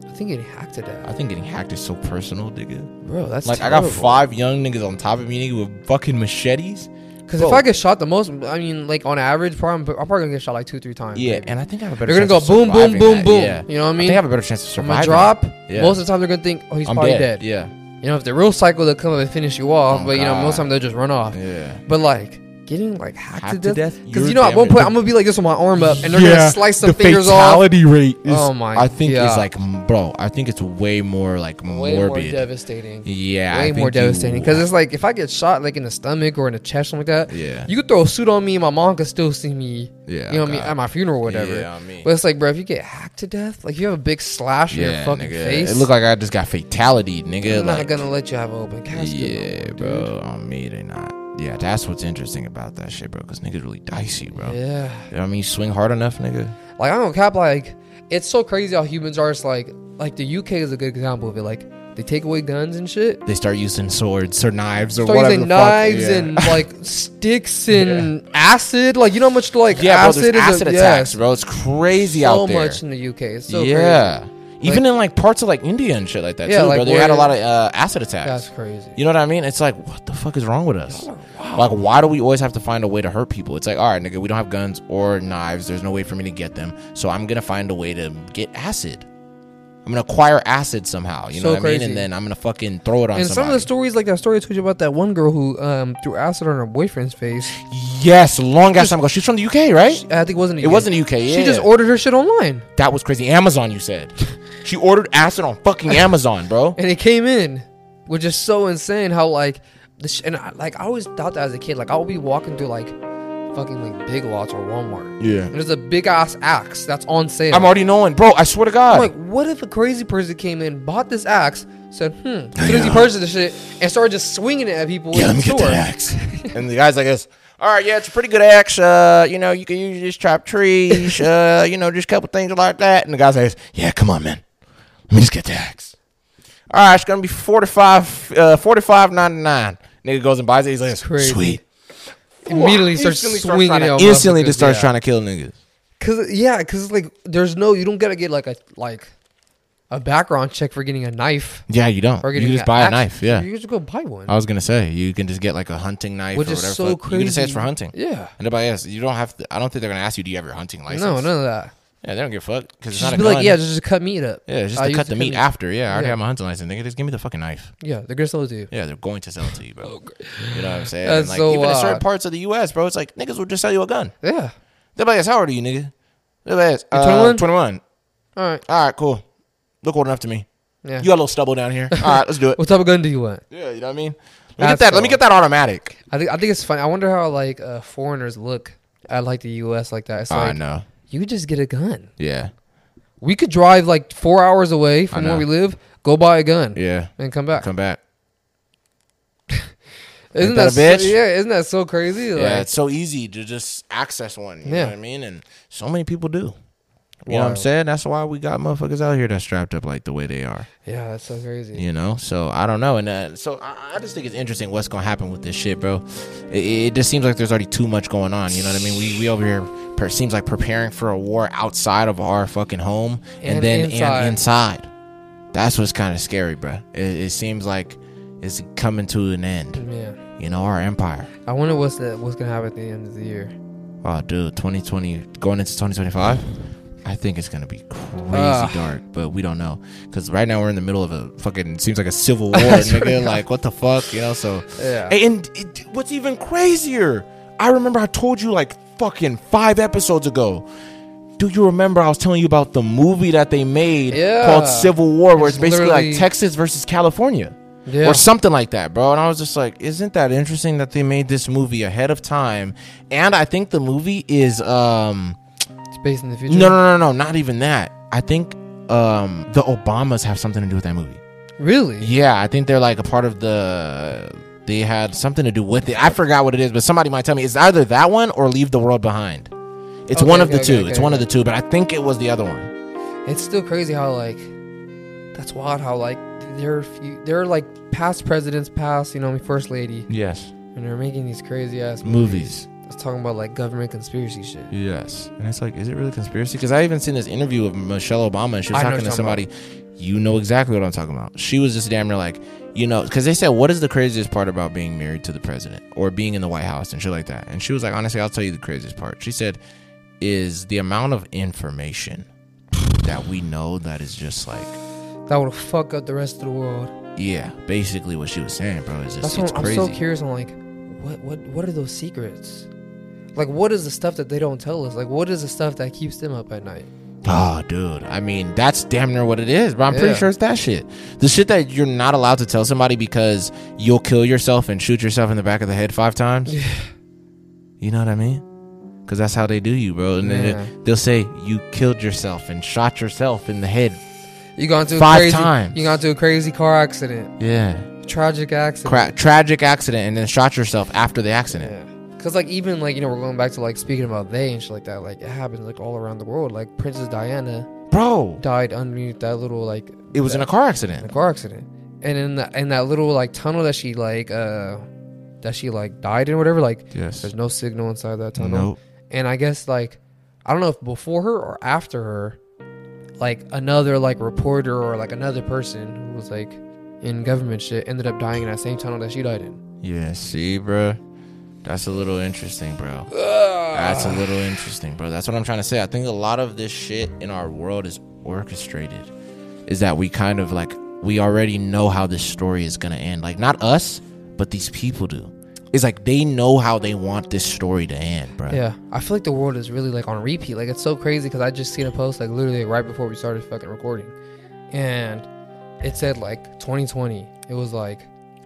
I think getting hacked to death, I think getting hacked is so personal, nigga. bro. That's like I got five young niggas on top of me, nigga, with fucking machetes. Because if bro. I get shot the most, I mean, like on average, probably I'm probably gonna get shot like two, three times. Yeah, maybe. and I think I have a better. they're gonna go chance of boom, boom, surviving boom, that, boom. yeah. You know what I I mean? think I have a better chance of I'm surviving. gonna drop. that. Yeah. Most of the time, they're gonna think, oh, he's I'm probably dead. dead. Yeah, You know, if the real cycle, they'll come up and finish you off. Oh, but you know, most of the God. time they'll just run off. yeah. But like getting like hacked, Hacked to to death? death? Because You're you know at one damn it. point I'm gonna be like this with my arm up, and they're gonna slice some the fingers off. fatality rate. Is, Oh my I think God. it's like, m- bro. I think it's way more like Way morbid. more devastating. Yeah, I way more think you- devastating. Because it's like if I get shot like in the stomach or in the chest, something like that. Yeah. you could throw a suit on me, and my mom could still see me. Yeah, you know what I mean God. at my funeral or whatever. Yeah, I mean. but it's like, bro, if you get hacked to death, like you have a big slash in your yeah, fucking nigga. face. It looked like I just got fatality, nigga. they're not like, gonna let you have an open casket. no yeah, more, bro. On me, they not. Yeah, that's what's interesting about that shit, bro. Because niggas really dicey, bro. dude. Yeah. You know what I mean, you swing hard enough, nigga. Like I don't cap. Like it's so crazy how humans are. It's like like the UK is a good example of it. Like they take away guns and shit. They start using swords or knives or Start whatever. using the fuck- knives yeah. and like sticks and acid. Like you know how much like yeah, bro. acid There's is acid a, attacks, yes. bro. It's crazy so out there. much in the UK. It's so yeah. crazy. Even in like parts of like India and shit like that Yeah, too, like bro. They had a where- lot of uh, acid attacks. That's crazy. You know what I mean? It's like, what the fuck is wrong with us? Like, why do we always have to find a way to hurt people? It's like, all right, nigga, we don't have guns or knives. There's no way for me to get them. So I'm gonna find a way to get acid. I'm gonna acquire acid somehow. You So know what I mean? crazy. And then I'm gonna fucking throw it on And some of somebody. the stories, like that story I told you about that one girl who um, threw acid on her boyfriend's face. yes, long ass time ago. She's from the UK, right? I think it wasn't. It wasn't UK, She just yeah. ordered her shit online, that was crazy. Amazon, you said. she ordered acid on fucking Amazon, bro. and it came in, which is so insane. How like, this sh- and I, like I always thought that as a kid. Like I would be walking through like, fucking like Big Lots or Walmart. Yeah. And there's a big ass axe that's on sale. I'm already knowing, bro. I swear to God. I'm like, what if a crazy person came in, bought this axe, said, hmm, as soon as he purchased the shit, and started just swinging it at people? in the store? axe. and the guy's like this. All right, yeah, it's a pretty good axe. Uh, you know, you can use this chop trees. Uh, you know, just a couple things like that. And the guy's like, yeah, come on, man. Let me just get the axe. All right, it's gonna be forty five, uh, forty five ninety nine. Nigga goes and buys it. He's like, crazy. sweet. Immediately starts Instantly starts swinging trying it. to- on Instantly motherfuckers, just starts yeah. trying to kill niggas. Cause yeah, cause like there's no you don't gotta get like a like a background check for getting a knife Yeah, you don't. or You getting can just buy a axe. knife. Yeah. you just go buy one. I was gonna say you can just get like a hunting knife Which or is whatever. so fuck. You can just say it's crazy. for hunting. Yeah. And nobody else. You don't have. To, I don't think they're gonna ask you. Do you have your hunting license? no, none of that. Yeah, they don't give a fuck because it's Just not a be gun. like yeah, just, just cut meat up. Yeah, it's just I to used cut the meat after. Yeah, I already Yeah. have my hunting license. Nigga, just give me the fucking knife. Yeah, they're gonna sell it to you. Yeah, they're going to sell it to you, bro. You know what I'm saying? Oh, That's And, like so even in certain wild. parts of the U.S., bro, it's like niggas will just sell you a gun. Yeah. They're like, "How old are you, nigga?" They're like, You uh, 21? 21. All right. All right, cool. Look old enough to me. Yeah. You got a little stubble down here. All right, let's do it. what type of gun do you want? Yeah, you know what I mean. Let me get That's that. Let me cool. get that automatic. I think I think it's funny. I wonder how like uh, foreigners look at like the U.S. like that. It's I like know. you just get a gun. Yeah, We could drive like four hours away from where know. we live, go buy a gun, yeah. and come back. Come back. Isn't that a So, bitch? yeah, isn't that so crazy? Yeah, Like- it's so easy to just access one. You Yeah. know what I mean? And so many people do. You know what I'm Wild. saying? That's why we got motherfuckers out here that's strapped up like the way they are. Yeah, that's so crazy. You know, so I don't know, and uh, so I, I just think it's interesting what's gonna happen with this shit, bro. It, it just seems like there's already too much going on. You know what I mean? We we over here per, seems like preparing for a war outside of our fucking home, and, And then inside. and inside. That's what's kind of scary, bro. It, it seems like it's coming to an end. Yeah. You know, our empire. I wonder what's the, what's gonna happen at the end of the year. Oh, dude, 2020 going into 2025. I think it's gonna be crazy Ugh. dark, but we don't know because right now we're in the middle of a fucking seems like a civil war, nigga. Like what the fuck, you know? So Yeah. Hey, and it, what's even crazier? I remember I told you like fucking five episodes ago. Do you remember I was telling you about the movie that they made Yeah. called Civil War, where it's, It's basically literally- like Texas versus California? Yeah. Or something like that, bro. And I was just like, isn't that interesting that they made this movie ahead of time? And I think the movie is um Space in the future. no no no no, not even that. I think um the Obamas have something to do with that movie. Really? Yeah, I think they're like a part of the. They had something to do with it. I forgot what it is, but somebody might tell me. It's either that one or Leave the World Behind. It's Okay, one of okay, the okay, two. okay, it's one of okay. the two, but I think it was the other one. It's still crazy how like that's wild how like there are few, there are like past presidents, past you know, first lady, Yes. and they're making these crazy ass Movies. It's talking about like government conspiracy shit. Yes. And it's like, is it really conspiracy? Because I even seen this interview of Michelle Obama, and she was I know talking to what you're somebody. talking You know exactly what I'm talking about. She was just damn near like, you know, because they said, what is the craziest part about being married to the president or being in the White House and shit like that? And she was like, honestly, I'll tell you the craziest part. She said, is the amount of information that we know that is just like, That would fuck up the rest of the world. yeah, basically what she was saying, bro. Is just, That's it's what I'm crazy. so curious. I'm like, what what what are those secrets? Like what is the stuff that they don't tell us? Like what is the stuff that keeps them up at night? Oh, dude. I mean, that's damn near what it is, bro. I'm pretty Yeah. sure it's that shit. The shit that you're not allowed to tell somebody because you'll kill yourself and shoot yourself in the back of the head five times. You know what I mean? Because that's how they do you, bro. And then Yeah. they'll say, you killed yourself and shot yourself in the head. You got into a Five crazy times. you got into a crazy car accident, Yeah. tragic accident. Cra- tragic accident and then shot yourself after the accident. Yeah. Cause like even like you know we're going back to like speaking about they and shit like that like it happens like all around the world like Princess Diana Bro, died underneath that little like it was in a car accident. in a car accident and in the, in that little like tunnel that she like uh that she like died in or whatever like Yes. there's no signal inside that tunnel Nope. and I guess like I don't know if before her or after her, like another like reporter or like another person who was like in government shit ended up dying in that same tunnel that she died in. Yeah, see, bro. That's a little interesting, bro. That's a little interesting, bro. That's what I'm trying to say. I think a lot of this shit in our world is orchestrated. Is that we kind of like we already know how this story is going to end. Like not us, but these people do. It's like they know how they want this story to end, bro. Yeah, I feel like the world is really like on repeat. Like it's so crazy because I just seen a post like literally right before we started fucking recording, and it said like 2020. It was like,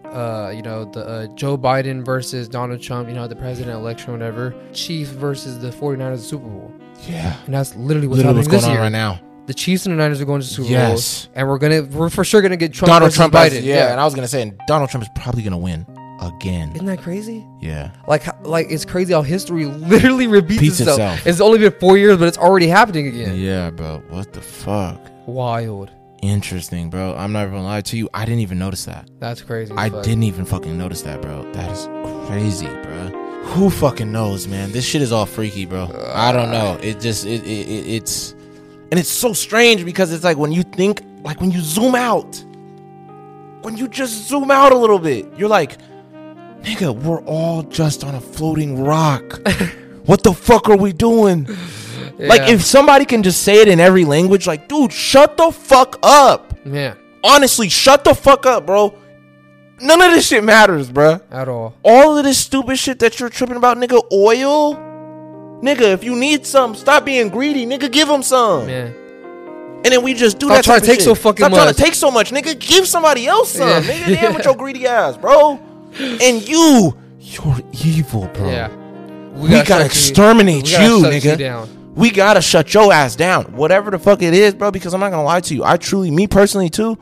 uh, you know, the uh, Joe Biden versus Donald Trump. You know, the president election, whatever. Chiefs versus the 49ers Super Bowl, Yeah. and that's literally what's happening Literally what's this going on year. right now. the Chiefs and the Niners are going to the Super Yes. Bowl, and we're gonna we're for sure gonna get Trump Donald versus Trump Biden. has- yeah, and I was going to say and Donald Trump is probably going to win again. isn't that crazy? Yeah. Like how- like it's crazy how history literally repeats Repeats itself. itself. It's only been four years, but it's already happening again. Yeah, bro. What the fuck? Wild. Interesting, bro. I'm not even gonna lie to you. I didn't even notice that. That's crazy. as I fuck. didn't even fucking notice that, bro. That is crazy, bro. Who fucking knows, man? This shit is all freaky, bro. I don't Uh, know. It just it, it, it it's and it's so strange because it's like when you think like when you zoom out, when you just zoom out a little bit, you're like, nigga, we're all just on a floating rock. what the fuck are we doing? Like Yeah. if somebody can just say it in every language, like, dude, shut the fuck up Yeah, honestly, shut the fuck up, bro. None of this shit matters, bro. at all. All of this stupid shit that you're tripping about, nigga, oil. Nigga, if you need some, stop being greedy, nigga. Give them some, Man, and then we just do Stop that. trying type to of take so shit. fucking Stop trying much. to take so much, nigga. Give somebody else some, Yeah. nigga. Damn with your greedy ass, bro. And you, you're evil, bro. yeah. We gotta, shut exterminate we you, gotta shut nigga. down. We gotta shut your ass down. Whatever the fuck it is, bro, because I'm not gonna lie to you. I truly, me personally too,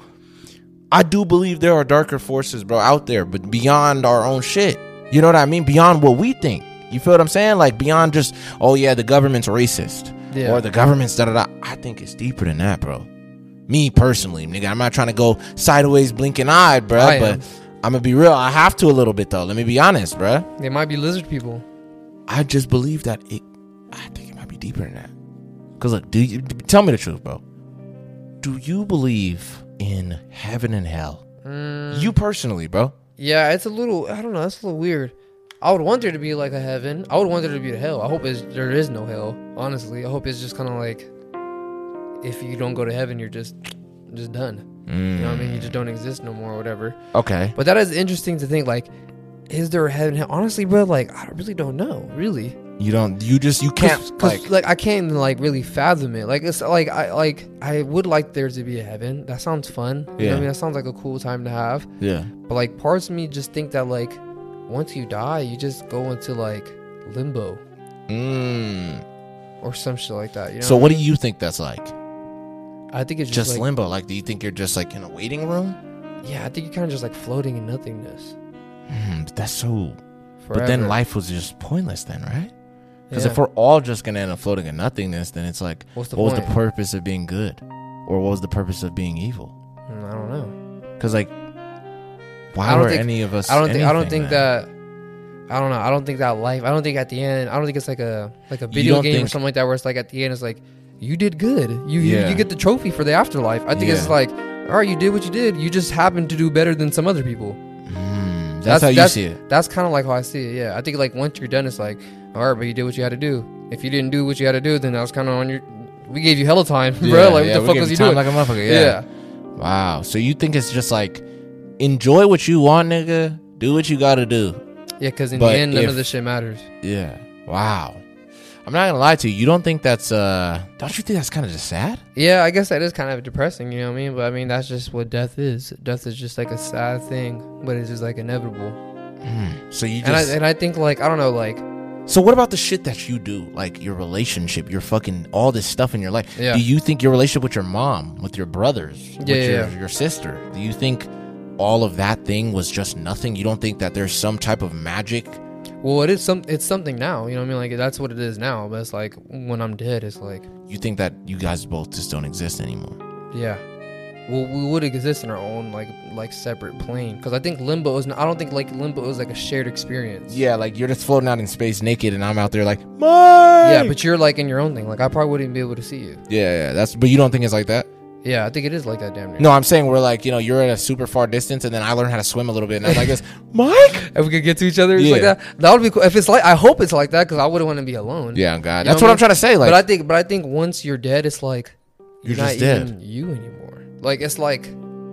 I do believe there are darker forces, bro, out there, but beyond our own shit. You know what I mean? Beyond what we think. You feel what I'm saying? Like beyond just, oh yeah, the government's racist. Yeah. Or the government's da da da. I think it's deeper than that, bro. Me personally, nigga. I'm not trying to go sideways blinking eye, bro. I am. but I'm gonna be real. I have to a little bit though. Let me be honest, bro. They might be lizard people. I just believe that it. I think it might be deeper than that. Cause look, do you d- tell me the truth, bro? Do you believe in heaven and hell? Mm. You personally, bro. Yeah, it's a little. I don't know. It's a little weird. I would want there to be like a heaven. I would want there to be a hell. I hope it's, there is no hell. Honestly, I hope it's just kind of like if you don't go to heaven, you're just just done. You know what I mean? You just don't exist no more or whatever. Mm. Okay. But that is interesting to think. Like, is there a heaven? hell? Honestly, bro, like I really don't know. Really, You don't. You just. You can't. like, like. like I can't even, like really fathom it. Like it's like I like I would like there to be a heaven. That sounds fun. You know what Yeah. I mean, that sounds like a cool time to have. yeah. But like parts of me just think that like once you die, you just go into like limbo Mm. or some shit like that. You know. So what do you think that's like? I think it's Just just, like, limbo. Like, do you think you're just like in a waiting room? yeah, I think you're kind of just like floating in nothingness. Hmm, but that's so. Forever. But then life was just pointless, then, right? Because Yeah. if we're all just gonna end up floating in nothingness, then it's like, What's the what was the point? purpose of being good, or what was the purpose of being evil? Mm, I don't know. Because like, I why don't were think- any of us? I don't think. I don't anything think then? that. I don't know. I don't think that life. I don't think at the end. I don't think it's like a like a You video don't game or think- something like that where it's like at the end it's like you did good. You you- Yeah. you, get the trophy for the afterlife. I think it's Yeah. like all right, you did what you did. You just happened to do better than some other people. Mm, that's, how you see it. That's kind of like how I see it. Yeah, I think like once you're done, it's like all right, but you did what you had to do. If you didn't do what you had to do, then that was kind of on your. We gave you hella time, bro. Like what the fuck was you doing? Like a motherfucker. yeah. Yeah. Wow. So you think it's just like enjoy what you want, nigga. Do what you gotta do. yeah, Yeah, because in But the end, none if- of this shit matters. Yeah. Wow. I'm not gonna lie to you. You don't think that's uh? Don't you think that's kind of just sad? Yeah, I guess that is kind of depressing, you know what I mean? But I mean, that's just what death is. Death is just like a sad thing, but it's just like inevitable. So you And I, just. and I think, like, I don't know, like, so what about the shit that you do, like your relationship, your fucking all this stuff in your life? Yeah. Do you think your relationship with your mom, with your brothers, with Yeah, yeah, your, yeah. your sister, do you think all of that thing was just nothing? You don't think that there's some type of magic? well, it is some, it's something now, you know what I mean? Like, that's what it is now. But it's like, when I'm dead, it's like, You think that you guys both just don't exist anymore? yeah. Well, we would exist in our own, like, like separate plane. Because I think limbo is, n I don't think, like, limbo is like a shared experience. Yeah, like you're just floating out in space naked, and I'm out there like, Mike! Yeah, but you're, like, in your own thing. Like, I probably wouldn't be able to see you. yeah, yeah, that's. But you don't think it's like that? Yeah, I think it is like that damn near. No, I'm saying we're like, you know, you're at a super far distance, and then I learn how to swim a little bit, and I'm like, this, Mike? If we could get to each other, it's like Yeah. that. That would be cool. If it's like, I hope it's like that because I wouldn't want to be alone. Yeah, You know God, that's what I I'm trying to say. Like, but I think, but I think once you're dead, it's like You're not just dead. even you anymore. Like it's like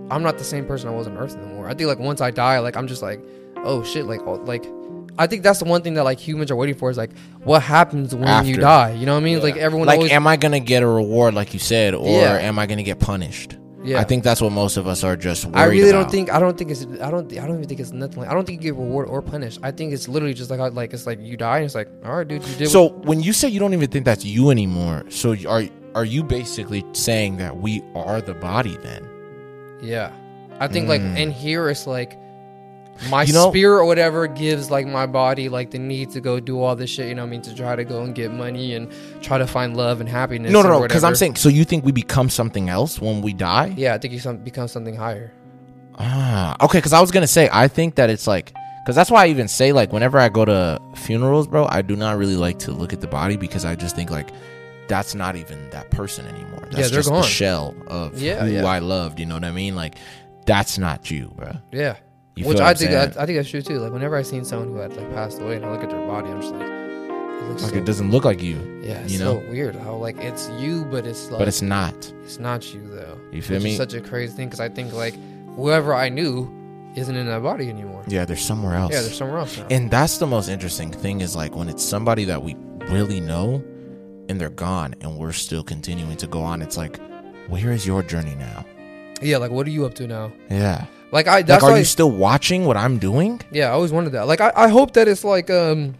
I'm not the same person I was on Earth anymore. I think like once I die, like I'm just like, oh shit, like all, like. I think that's the one thing that like humans are waiting for is like what happens when you After. die. You know what I mean? Like everyone like, always am I gonna get a reward, like you said, or Yeah. am I gonna get punished? Yeah. I think that's what most of us are just. Worried I really don't about. think I don't think it's I don't I don't even think it's nothing. Like, I don't think you get rewarded or punished. I think it's literally just like I, like it's like you die and it's like all right, dude, you did. So when you say you don't even think that's you anymore, so you- are are you basically saying that we are the body then? Yeah. I think like in here it's like my Mm. You know- spirit or whatever gives like my body like the need to go do all this shit, you know what I mean, to try to go and get money and try to find love and happiness. No, no, or no. Because I'm whatever. saying, so you think we become something else when we die? Yeah, I think you some, become something higher. Ah, okay. Because I was gonna say, I think that it's like, because that's why I even say like, whenever I go to funerals, bro, I do not really like to look at the body because I just think like, that's not even that person anymore. That's Yeah, they're just the gone. shell of Yeah, who yeah. I loved. You know what I mean? Like, that's not you, bro. Yeah. You Which feel what I I'm think I, saying? I think that's true too. Like whenever I seen someone who had like passed away and I look at their body, I'm just like it looks Like so, it doesn't look like you. yeah, it's you so know, weird how like it's you but it's like but it's not. It's not you though. You feel Which me? Is such a crazy thing because I think like whoever I knew isn't in that body anymore. Yeah, there's somewhere else. Yeah, they're somewhere else now. And that's the most interesting thing is like when it's somebody that we really know and they're gone and we're still continuing to go on. It's like, where is your journey now? yeah, like what are you up to now? Yeah. Like I that's like, are why you still watching what I'm doing? yeah, I always wondered that. Like I, I hope that it's like um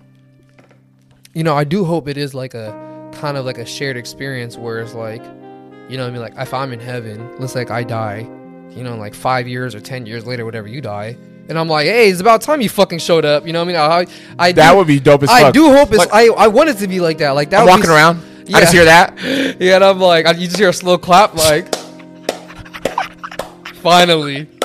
you know, I do hope it is like a kind of like a shared experience where it's like you know what I mean, like if I'm in heaven, let's like I die, you know, like five years or ten years later, whatever you die. And I'm like, hey, it's about time you fucking showed up. You know what I mean? I, I That do- would be dope as I fuck. do hope it's. Like- I I want it to be like that. Like that. I'm would be s- walking around. I just Yeah. hear that. Yeah, and I'm like, I, you just hear a slow clap, like, finally. comes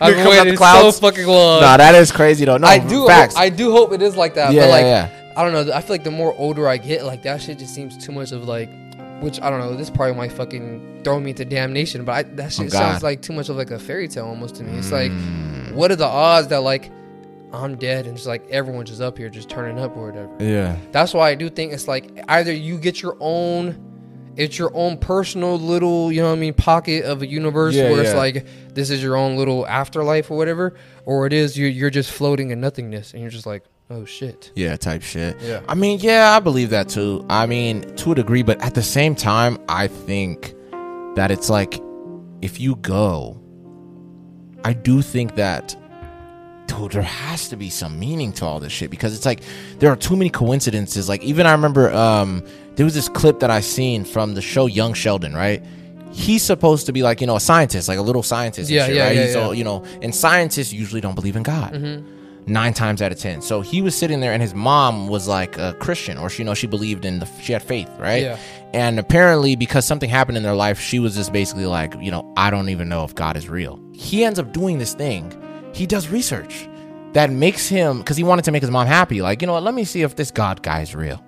I've out the waited so clouds. fucking long. Nah, that is crazy though. No, Uh, I do, facts. I do hope it is like that. Yeah, but like, yeah, I don't know. I feel like the more older I get, like that shit just seems too much of like, which I don't know. This probably might fucking throw me to damnation, but I, that shit Oh, God. Mm. sounds like too much of like a fairy tale almost to me. It's like, what are the odds that like I'm dead and just like everyone's just up here just turning up or whatever. yeah. That's why I do think it's like either you get your own, it's your own personal little, you know what I mean, pocket of a universe Yeah, where it's yeah. like this is your own little afterlife or whatever, or it is you you're just floating in nothingness and you're just like, oh shit. Yeah, type shit. Yeah. I mean, yeah, I believe that too. I mean, to a degree, but at the same time, I think that it's like if you go, I do think that dude, there has to be some meaning to all this shit because it's like there are too many coincidences. Like even I remember um there was this clip that I seen from the show Young Sheldon, right? He's supposed to be like, you know, a scientist, like a little scientist. and Yeah, shit, yeah, right? yeah, He's yeah. Mm-hmm. all, you know, and scientists usually don't believe in God nine times out of ten. So he was sitting there, and his mom was like a Christian, or she, you know, she believed in the she had faith, right? Yeah. And apparently, because something happened in their life, she was just basically like, you know, I don't even know if God is real. He ends up doing this thing. He does research that makes him because he wanted to make his mom happy. Like, you know what? Let me see if this God guy is real.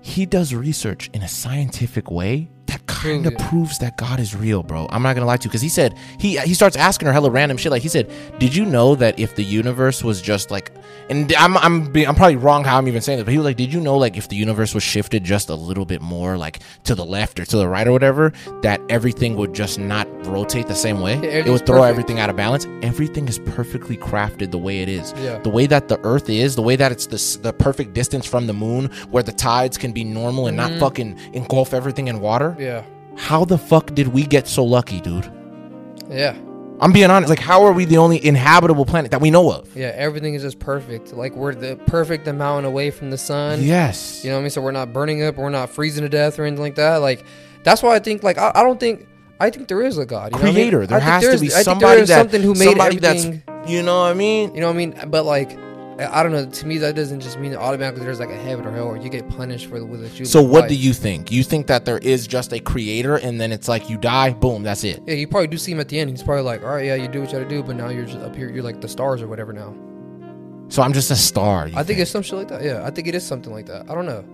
He does research in a scientific way that kind of Brilliant. proves that God is real, bro. I'm not gonna lie to you because he said he he starts asking her hella random shit. Like he said, "Did you know that if the universe was just like And I'm I'm be- I'm probably wrong how I'm even saying this, but he was like, "Did you know like if the universe was shifted just a little bit more, like to the left or to the right or whatever, that everything would just not rotate the same way? it everything's would throw perfect. everything out of balance. Everything is perfectly crafted the way it is. Yeah. The way that the Earth is, the way that it's the s- the perfect distance from the Moon, where the tides can be normal and Mm-hmm. not fucking engulf everything in water. Yeah. How the fuck did we get so lucky, dude? Yeah. I'm being honest. Like, how are we the only inhabitable planet that we know of? Yeah. Everything is just perfect. Like we're the perfect amount away from the sun. Yes. You know what I mean? So we're not burning up, we're not freezing to death or anything like that. Like that's why I think like I, I don't think I think there is a God. You know what I mean? creator. There I think has to there's- be I think somebody there is that something who made somebody everything. that's you know what I mean. you know what I mean? But like I I don't know. To me, that doesn't just mean automatically there's like a heaven or hell, or you get punished for the way that you. So live what life. do you think? You think that there is just a creator, and then it's like you die, boom, that's it. Yeah, you probably do see him at the end. He's probably like, "All right, yeah, you do what you got to do, but now you're just up here. You're like the stars or whatever now." So I'm just a star. you I think it's some shit like that. Yeah, I think it is something like that. I don't know.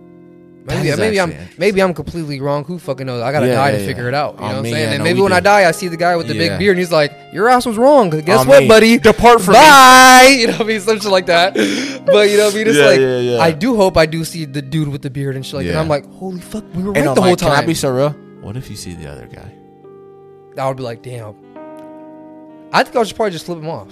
Maybe is maybe I'm actually maybe I'm completely wrong. Who fucking knows? I gotta Yeah, die yeah, to yeah. figure it out. You I know what I'm mean, saying? yeah, and no, maybe we when I do. die, I see the guy with the Yeah. big beard, and he's like, "Your ass was wrong." 'cause Guess I what, mean, buddy? depart from me. Bye. You know what I mean? Some shit like that. But you know what I mean? It's Yeah, like yeah, yeah. I do hope I do see the dude with the beard and shit like that. Yeah. And I'm like, holy fuck, we were And right I'm the whole like, Can I time. be so real? What if you see the other guy? I would be like, damn. I think I'll just probably just flip him off.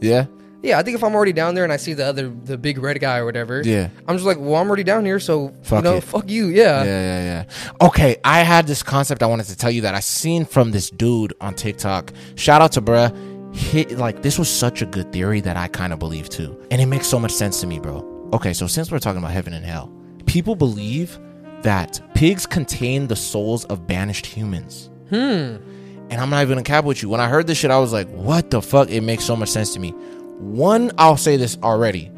Yeah. Yeah, I think if I'm already down there and I see the other the big red guy or whatever, Yeah. I'm just like, well, I'm already down here, so Fuck you know, it. fuck you, yeah. Yeah, yeah, yeah. Okay, I had this concept I wanted to tell you that I seen from this dude on TikTok. Shout out to bruh. He, like this was such a good theory that I kind of believe too, and it makes so much sense to me, bro. Okay, so since we're talking about heaven and hell, people believe that pigs contain the souls of banished humans. And I'm not even gonna cap with you. When I heard this shit, I was like, what the fuck? It makes so much sense to me. One, I'll say this already.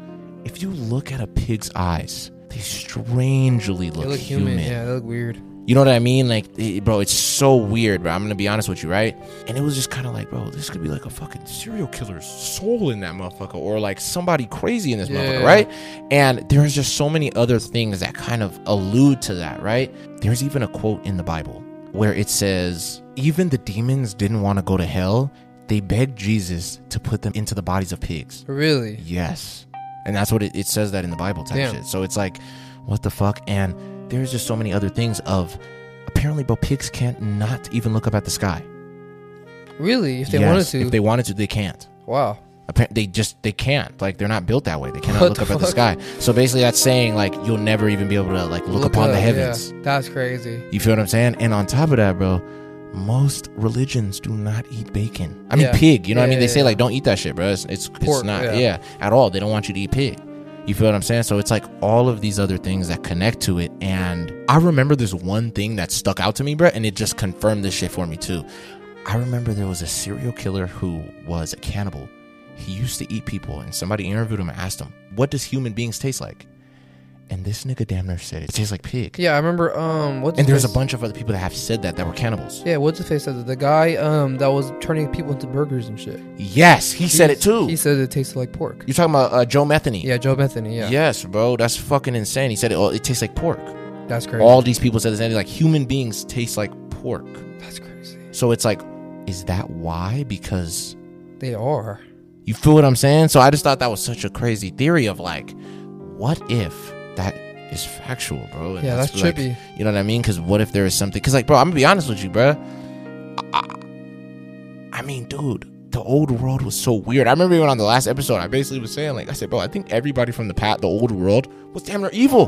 If you look at a pig's eyes, they strangely look, They look human. yeah, they look weird. You know what I mean? Like, it- bro, it's so weird, bro. I'm gonna be honest with you, right? And it was just kind of like, bro, this could be like a fucking serial killer's soul in that motherfucker, or like somebody crazy in this motherfucker, Yeah. right? And there's just so many other things that kind of allude to that, right? There's even a quote in the Bible where it says, even the demons didn't want to go to hell. They begged Jesus to put them into the bodies of pigs. Really? Yes. And that's what it, it says that in the Bible type Damn. shit. So it's like, what the fuck? And there's just so many other things of apparently bro pigs can't not even look up at the sky. Really? If they Yes, wanted to. If they wanted to, they can't. wow. Appar- they just they can't. Like they're not built that way. They cannot What look the up at the fuck? sky. So basically that's saying like you'll never even be able to like look, upon the up, heavens. Yeah. That's crazy. You feel what I'm saying? And on top of that, bro, most religions do not eat bacon. I mean, Yeah. pig. You know what I Yeah, mean? They yeah, say yeah. like, don't eat that shit, bro. It's it's, it's Pork, not, yeah. yeah. at all. They don't want you to eat pig. You feel what I'm saying? So it's like all of these other things that connect to it. And I remember this one thing that stuck out to me, bro, and it just confirmed this shit for me too. I remember there was a serial killer who was a cannibal. He used to eat people, and somebody interviewed him and asked him, "What does human beings taste like?" And this nigga damn near said, "It tastes like pig." Yeah, I remember um what's And his there's a face- bunch of other people that have said that that were cannibals. Yeah, what's the face said that? The guy um that was turning people into burgers and shit. Yes, he, said it too. He said it tasted like pork. You're talking about uh, Joe Metheny. Yeah, Joe Bethany, yeah. Yes, bro, that's fucking insane. He said it, oh, it tastes like pork. That's crazy. All these people said this, and they're like human beings taste like pork. That's crazy. So it's like, is that why? Because They are. you feel what I'm saying. So I just thought that was such a crazy theory of like, what if that is factual, bro? And Yeah, that's like- trippy. You know what I mean? Because what if there is something? Because like, bro, I'm gonna be honest with you, bro. I mean, dude, the old world was so weird. I remember even on the last episode, I basically was saying, like, I said, bro, I think everybody from the pat, the old world, was damn near evil.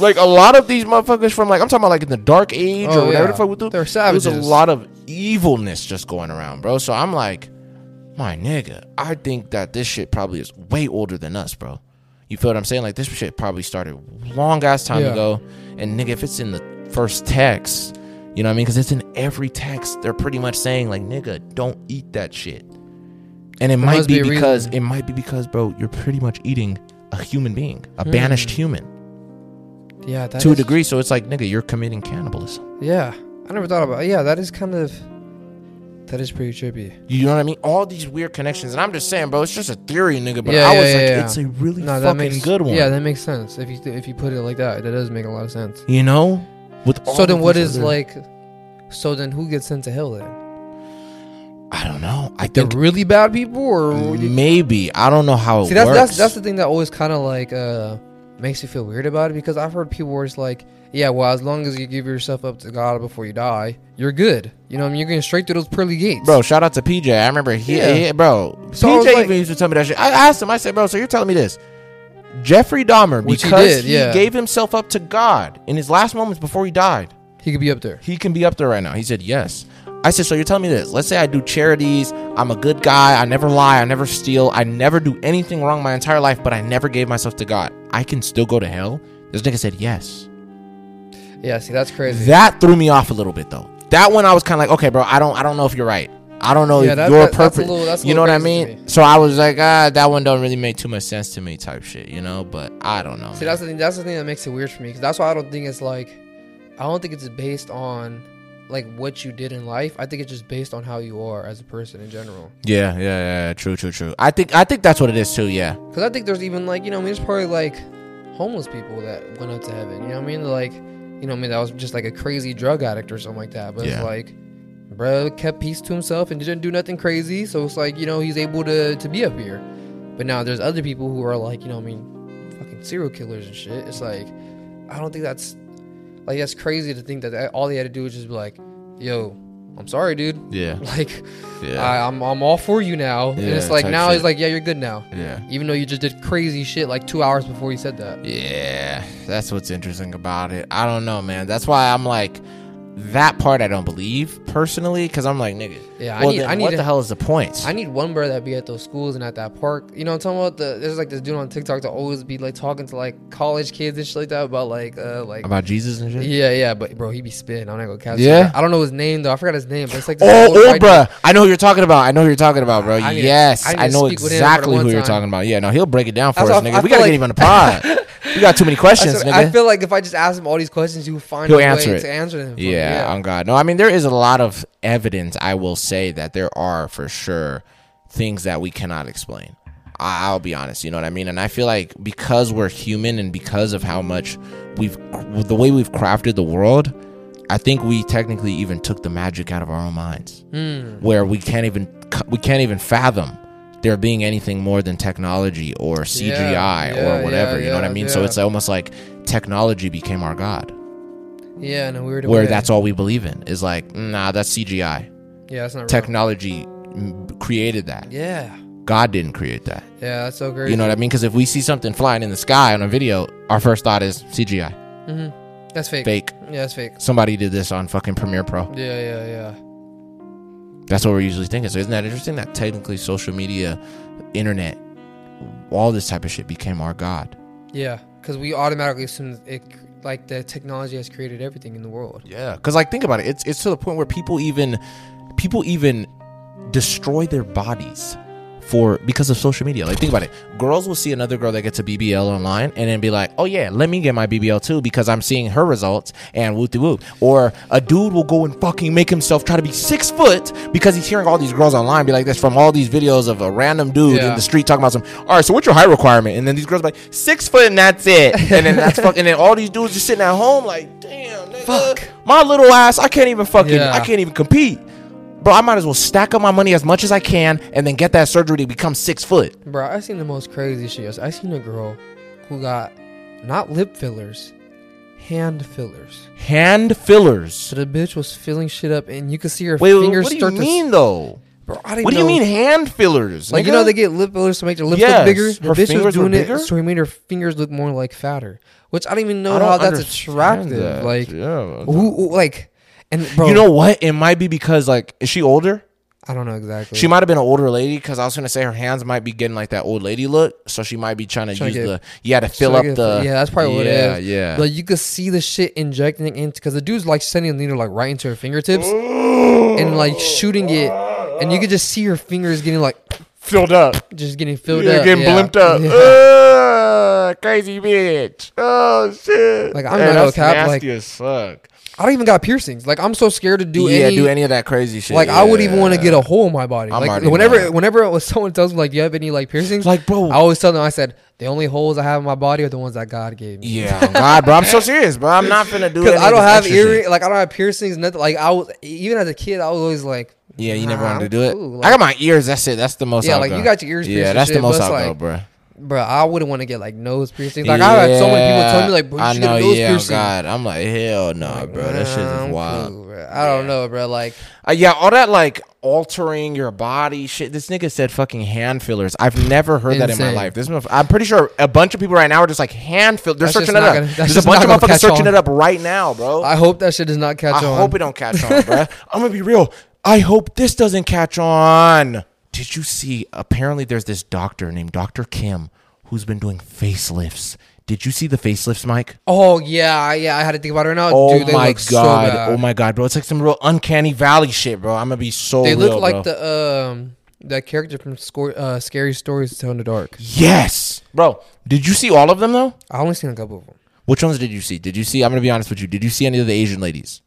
like a lot of these motherfuckers from like I'm talking about like in the dark age Oh, or whatever the yeah. fuck we do. They're There was savages. a lot of evilness just going around, bro. So I'm like, my nigga, I think that this shit probably is way older than us, bro. You feel what I'm saying? Like this shit probably started long ass time Yeah. ago. And nigga, if it's in the first text, you know what I mean? Because it's in every text. They're pretty much saying like, nigga, don't eat that shit. And it might must be, be a because reason. it might be because, bro, you're pretty much eating a human being, Hmm. a banished human Yeah, that's to a degree. So it's like, nigga, you're committing cannibalism. Yeah. I never thought about yeah, that is kind of that is pretty trippy. You know what I mean? All these weird connections, and I'm just saying, bro, it's just a theory, nigga. But yeah, I yeah, was yeah, like, yeah. it's a really No, that fucking makes- good one. Yeah, that makes sense. If you if you put it like that, that does make a lot of sense. you know, with all so then, of what these is other- like? So then, who gets sent to hell then? I don't know. I The think really bad people, or maybe I don't know how it see that's works. that's that's the thing that always kind of like uh makes you feel weird about it because I've heard people where it's like, yeah, well, as long as you give yourself up to God before you die, you're good. You know, what I mean, you're getting straight through those pearly gates, Bro, shout out to PJ. I remember he, Yeah. he- bro. So I was PJ like- even used to tell me that shit. I asked him. I said, bro, so you're telling me this? Jeffrey Dahmer, Which he because did, yeah. he gave himself up to God in his last moments before he died, He could be up there. he can be up there right now. He said yes. I said, so you're telling me this? Let's say I do charities. I'm a good guy. I never lie. I never steal. I never do anything wrong my entire life, but I never gave myself to God. I can still go to hell. This nigga said yes. Yeah, see, that's crazy. That threw me off a little bit though. That one I was kind of like, okay, bro, I don't, I don't know if you're right. I don't know Yeah, if that- your that- that's a purpose. little- that's a you know little what I crazy to mean? So I was like, ah, that one don't really make too much sense to me, type shit. You know, but I don't know. See, man. that's the thing. That's the thing that makes it weird for me because that's why I don't think it's like, I don't think it's based on like what you did in life. I think it's just based on how you are as a person in general. yeah, yeah, yeah, yeah, true, true, true. I think, I think that's what it is too. Yeah, Because I think there's even like you know, I mean, there's probably like homeless people that went up to heaven. You know what I mean? Like, you know, what I mean, that was just like a crazy drug addict or something like that. But Yeah. it's like, bro, kept peace to himself and didn't do nothing crazy. So it's like you know, he's able to to be up here. But now there's other people who are like, you know, what I mean, fucking serial killers and shit. It's like, I don't think that's like that's crazy to think that, that all they had to do was just be like, yo, I'm sorry, dude. yeah, Like, yeah, I, I'm I'm all for you now. and Yeah, it's like type now shit. it's like, yeah, you're good now yeah. even though you just did crazy shit like two hours before you said that. Yeah, that's what's interesting about it. I don't know, man. That's why I'm like that part. I don't believe personally because I'm like, nigga. Yeah, I well, need- then I need what to- the hell is the point? I need one bro that be at those schools and at that park. You know, what I'm talking about the there's like this dude on TikTok that always be like talking to like college kids and shit like that about like uh like about Jesus and shit. yeah yeah. But bro, he be spitting. I'm not gonna catch. Yeah? him. I don't know his name though. I forgot his name. But it's like this old Oh, oh, white dude. bruh. I know who you're talking about. I know who you're talking about, bro. I need to- yes, I I, need to know speak with him for the exactly one who you're time. talking about. Yeah, no, he'll break it down for That's us, what I- nigga. I we gotta feel get him on the pod. we got too many questions, That's what- nigga. I feel like if I just ask him all these questions, he would find He'll a answer way it. to answer them. for me. yeah, on God. No, I mean there is a lot of evidence. I will say that there are for sure things that we cannot explain. I- I'll be honest. You know what I mean? And I feel like because we're human and because of how much we've the way we've crafted the world, I think we technically even took the magic out of our own minds, Hmm. where we can't even we can't even fathom there being anything more than technology or CGI yeah, or whatever. yeah, you know what I yeah, mean? So yeah. it's almost like technology became our god yeah, in a weird where way. that's all we believe in is like nah that's cgi yeah, that's not real. technology mm, created that Yeah, god didn't create that yeah, that's so crazy. you know what i mean because if we see something flying in the sky on a video our first thought is cgi that's fake. fake Yeah, that's fake. somebody did this on fucking premiere pro Yeah, yeah, yeah. that's what we're usually thinking so isn't that interesting that technically social media internet all this type of shit became our god Yeah, because we automatically assume that it like the technology has created everything in the world. Yeah, because like think about it, it's it's to the point where people even people even destroy their bodies for because of social media. Like think about it, girls will see another girl that gets a BBL online and then be like, oh yeah, let me get my BBL too because I'm seeing her results and whoop de whoop. Or a dude will go and fucking make himself try to be six foot because he's hearing all these girls online be like this from all these videos of a random dude Yeah. in the street talking about some. All right, so what's your height requirement? And then these girls are like six foot and that's it. And then that's fucking. And then all these dudes just sitting at home like, damn, nigga, Fuck. my little ass. I can't even fucking. Yeah. I can't even compete. Bro, I might as well stack up my money as much as I can and then get that surgery to become six foot. Bro, I seen the most crazy shit. I seen a girl who got not lip fillers, hand fillers. Hand fillers. So the bitch was filling shit up, and you could see her Wait, wait, fingers what do you start mean to. though? Bro, I didn't What do you know- mean hand fillers? Like you nigga? know they get lip fillers to make their lips look Yes, bigger. The her bitch was fingers were doing bigger? it, so it made her fingers look more like fatter. Which I don't even know I don't how that's understand attractive. that. Like Yeah. who, who- like, and bro, you know what? It might be because like is she older? I don't know exactly. She might have been an older lady because I was gonna say her hands might be getting like that old lady look, so she might be trying to Tryna use get- the yeah to fill So, up like, if- the yeah. That's probably what yeah, it is. Yeah, Like you could see the shit injecting it into because the dude's like sending the needle like right into her fingertips and like shooting it, and you could just see her fingers getting like filled up. just getting filled Yeah, up, getting yeah. blimped up. Yeah. Ugh, crazy bitch. Oh shit. Like, I'm not no that's cap, nasty like- as fuck. I don't even got piercings. Like I'm so scared to do yeah, any. do any of that crazy shit. like I would even want to Yeah. get a hole in my body. I'm like already whenever mad. whenever it was someone tells me like, "Do you have any like piercings?" Like, bro. I always tell them I said, The only holes I have in my body are the ones that God gave me. Yeah, oh God, bro, I'm so serious, bro. I'm not finna do it. Because I don't have earring, like I don't have piercings, nothing. Like I was, even as a kid, I was always like, Yeah, you never Nah, wanted to do it. cool, I like- got my ears. That's it. That's the most. Yeah, I'll like, go. you got your ears pierced Yeah, and that's the shit, but most it's I'll go, like- bro. bro, I wouldn't want to get like nose piercings. Like I had so many people tell me, like, bro, I you should get know, a nose yeah, oh piercing. God, I'm like, hell no, bro. That shit Nah, I'm is wild. cool, bro. I don't know, bro. Like, Uh, yeah, all that like altering your body shit. This nigga said fucking hand fillers. I've never heard that in my Insane. life. This, motherf- I'm pretty sure a bunch of people right now are just like hand fillers. They're That's just searching it not up. gonna- that's There's a just bunch of not gonna motherfuckers catch searching on. it up right now, bro. I hope that shit does not catch I on. hope it don't catch on, bro. I'm gonna be real. I hope this doesn't catch on. Did you see? Apparently, there's this doctor named Doctor Kim who's been doing facelifts. Did you see the facelifts, Mike? Oh yeah, yeah. I had to think about it right now. Oh Dude, they my look god! so bad. oh my god, bro! It's like some real uncanny valley shit, bro. I'm gonna be so. They real, look bro. like the um that character from Scor- uh, Scary Stories to Tell in the Dark. Yes, bro. Did you see all of them though? I only seen a couple of them. Which ones did you see? Did you see? I'm gonna be honest with you. Did you see any of the Asian ladies?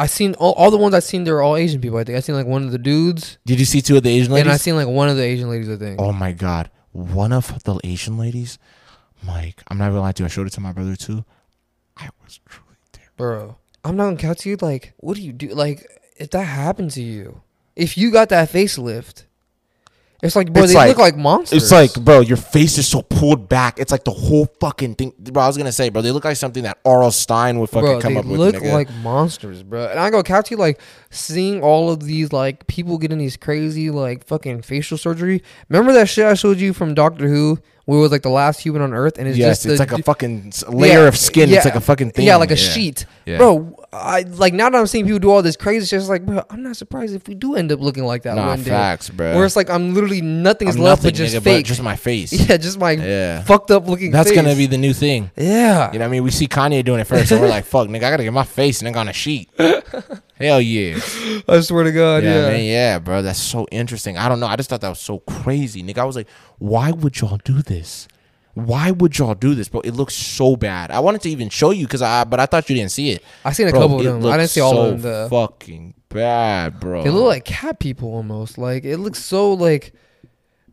I seen all, all the ones I seen. They're all Asian people. I think I seen like one of the dudes, Did you see two of the Asian ladies? and I seen like one of the Asian ladies. I think. oh my god, one of the Asian ladies, Mike. I'm not gonna lie to you. I showed it to my brother too. I was truly terrified. bro. I'm not gonna count to you. Like, what do you do? Like, if that happened to you, if you got that facelift, it's like, bro, It's they like- look like monsters. It's like, bro, your face is so pulled back. It's like the whole fucking thing. Bro, I was gonna say, bro, they look like something that Arl Stein would fucking bro, come they up with. look nigga. like monsters, bro. And I go count to you, like seeing all of these like people getting these crazy like fucking facial surgery. Remember that shit I showed you from Doctor Who, where it was like the last human on Earth, and it's yes, just it's the like a d- fucking s- layer Yeah, of skin. It's like a fucking thing. Yeah, like a sheet, Yeah. bro. I like now that I'm seeing people do all this crazy shit. It's like, bro, I'm not surprised if we do end up looking like that Nah, one day. facts, bro. Where it's like I'm literally nothing's I'm left nothing, but just nigga, fake. just my face. yeah, just my Yeah. fucked up looking. That's gonna face. be the new thing. yeah. You know what I mean? We see Kanye doing it first, and we're like, fuck, nigga, I gotta get my face nigga on a sheet. Hell yeah. I swear to God, Yeah, yeah. man, yeah, bro. That's so interesting. I don't know. I just thought that was so crazy, nigga. I was like, why would y'all do this? Why would y'all do this, bro? It looks so bad. I wanted to even show you because I, but I thought you didn't see it. I seen a Bro, couple of it them. I looks didn't see all so of them. Though. Fucking bad, bro. They look like cat people almost. Like it looks so like,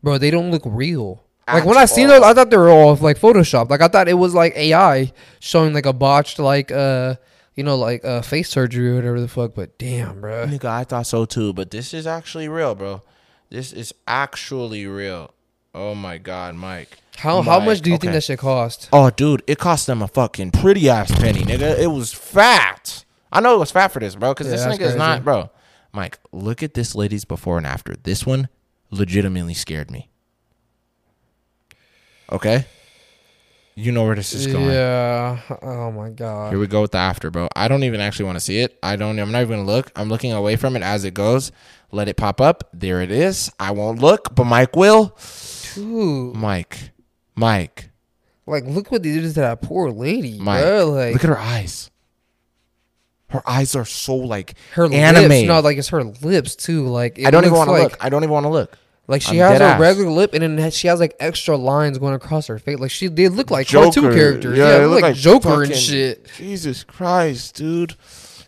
bro. They don't look real. Like when At I seen all. those, I thought they were all like Photoshop. Like I thought it was like AI showing like a botched like uh you know like uh face surgery or whatever the fuck. But damn, bro. Nigga, I thought so too, but this is actually real, bro. This is actually real. Oh my god, Mike. How how Mike, much do you okay. think that should cost? Oh, dude, it cost them a fucking pretty ass penny, nigga. It was fat. I know it was fat for this, bro, because Yeah, this that's nigga is crazy. not, bro. Mike, look at this lady's before and after. This one legitimately scared me. Okay? You know where this is going. Yeah. Oh my god. Here we go with the after, bro. I don't even actually want to see it. I don't. I'm not even gonna look. I'm looking away from it as it goes. Let it pop up. There it is. I won't look, but Mike will. Dude, Mike, Mike, like look what they did to that poor lady, Mike. bro. Like look at her eyes. Her eyes are so like her anime. lips. No, like it's her lips too. Like it I don't even looks want to like, look. I don't even want to look. Like she I'm has dead her ass. regular lip, and then she has like extra lines going across her face. Like she, they look like Joker. cartoon characters. Yeah, Yeah, they they look look like like Joker fucking- and shit. Jesus Christ, dude.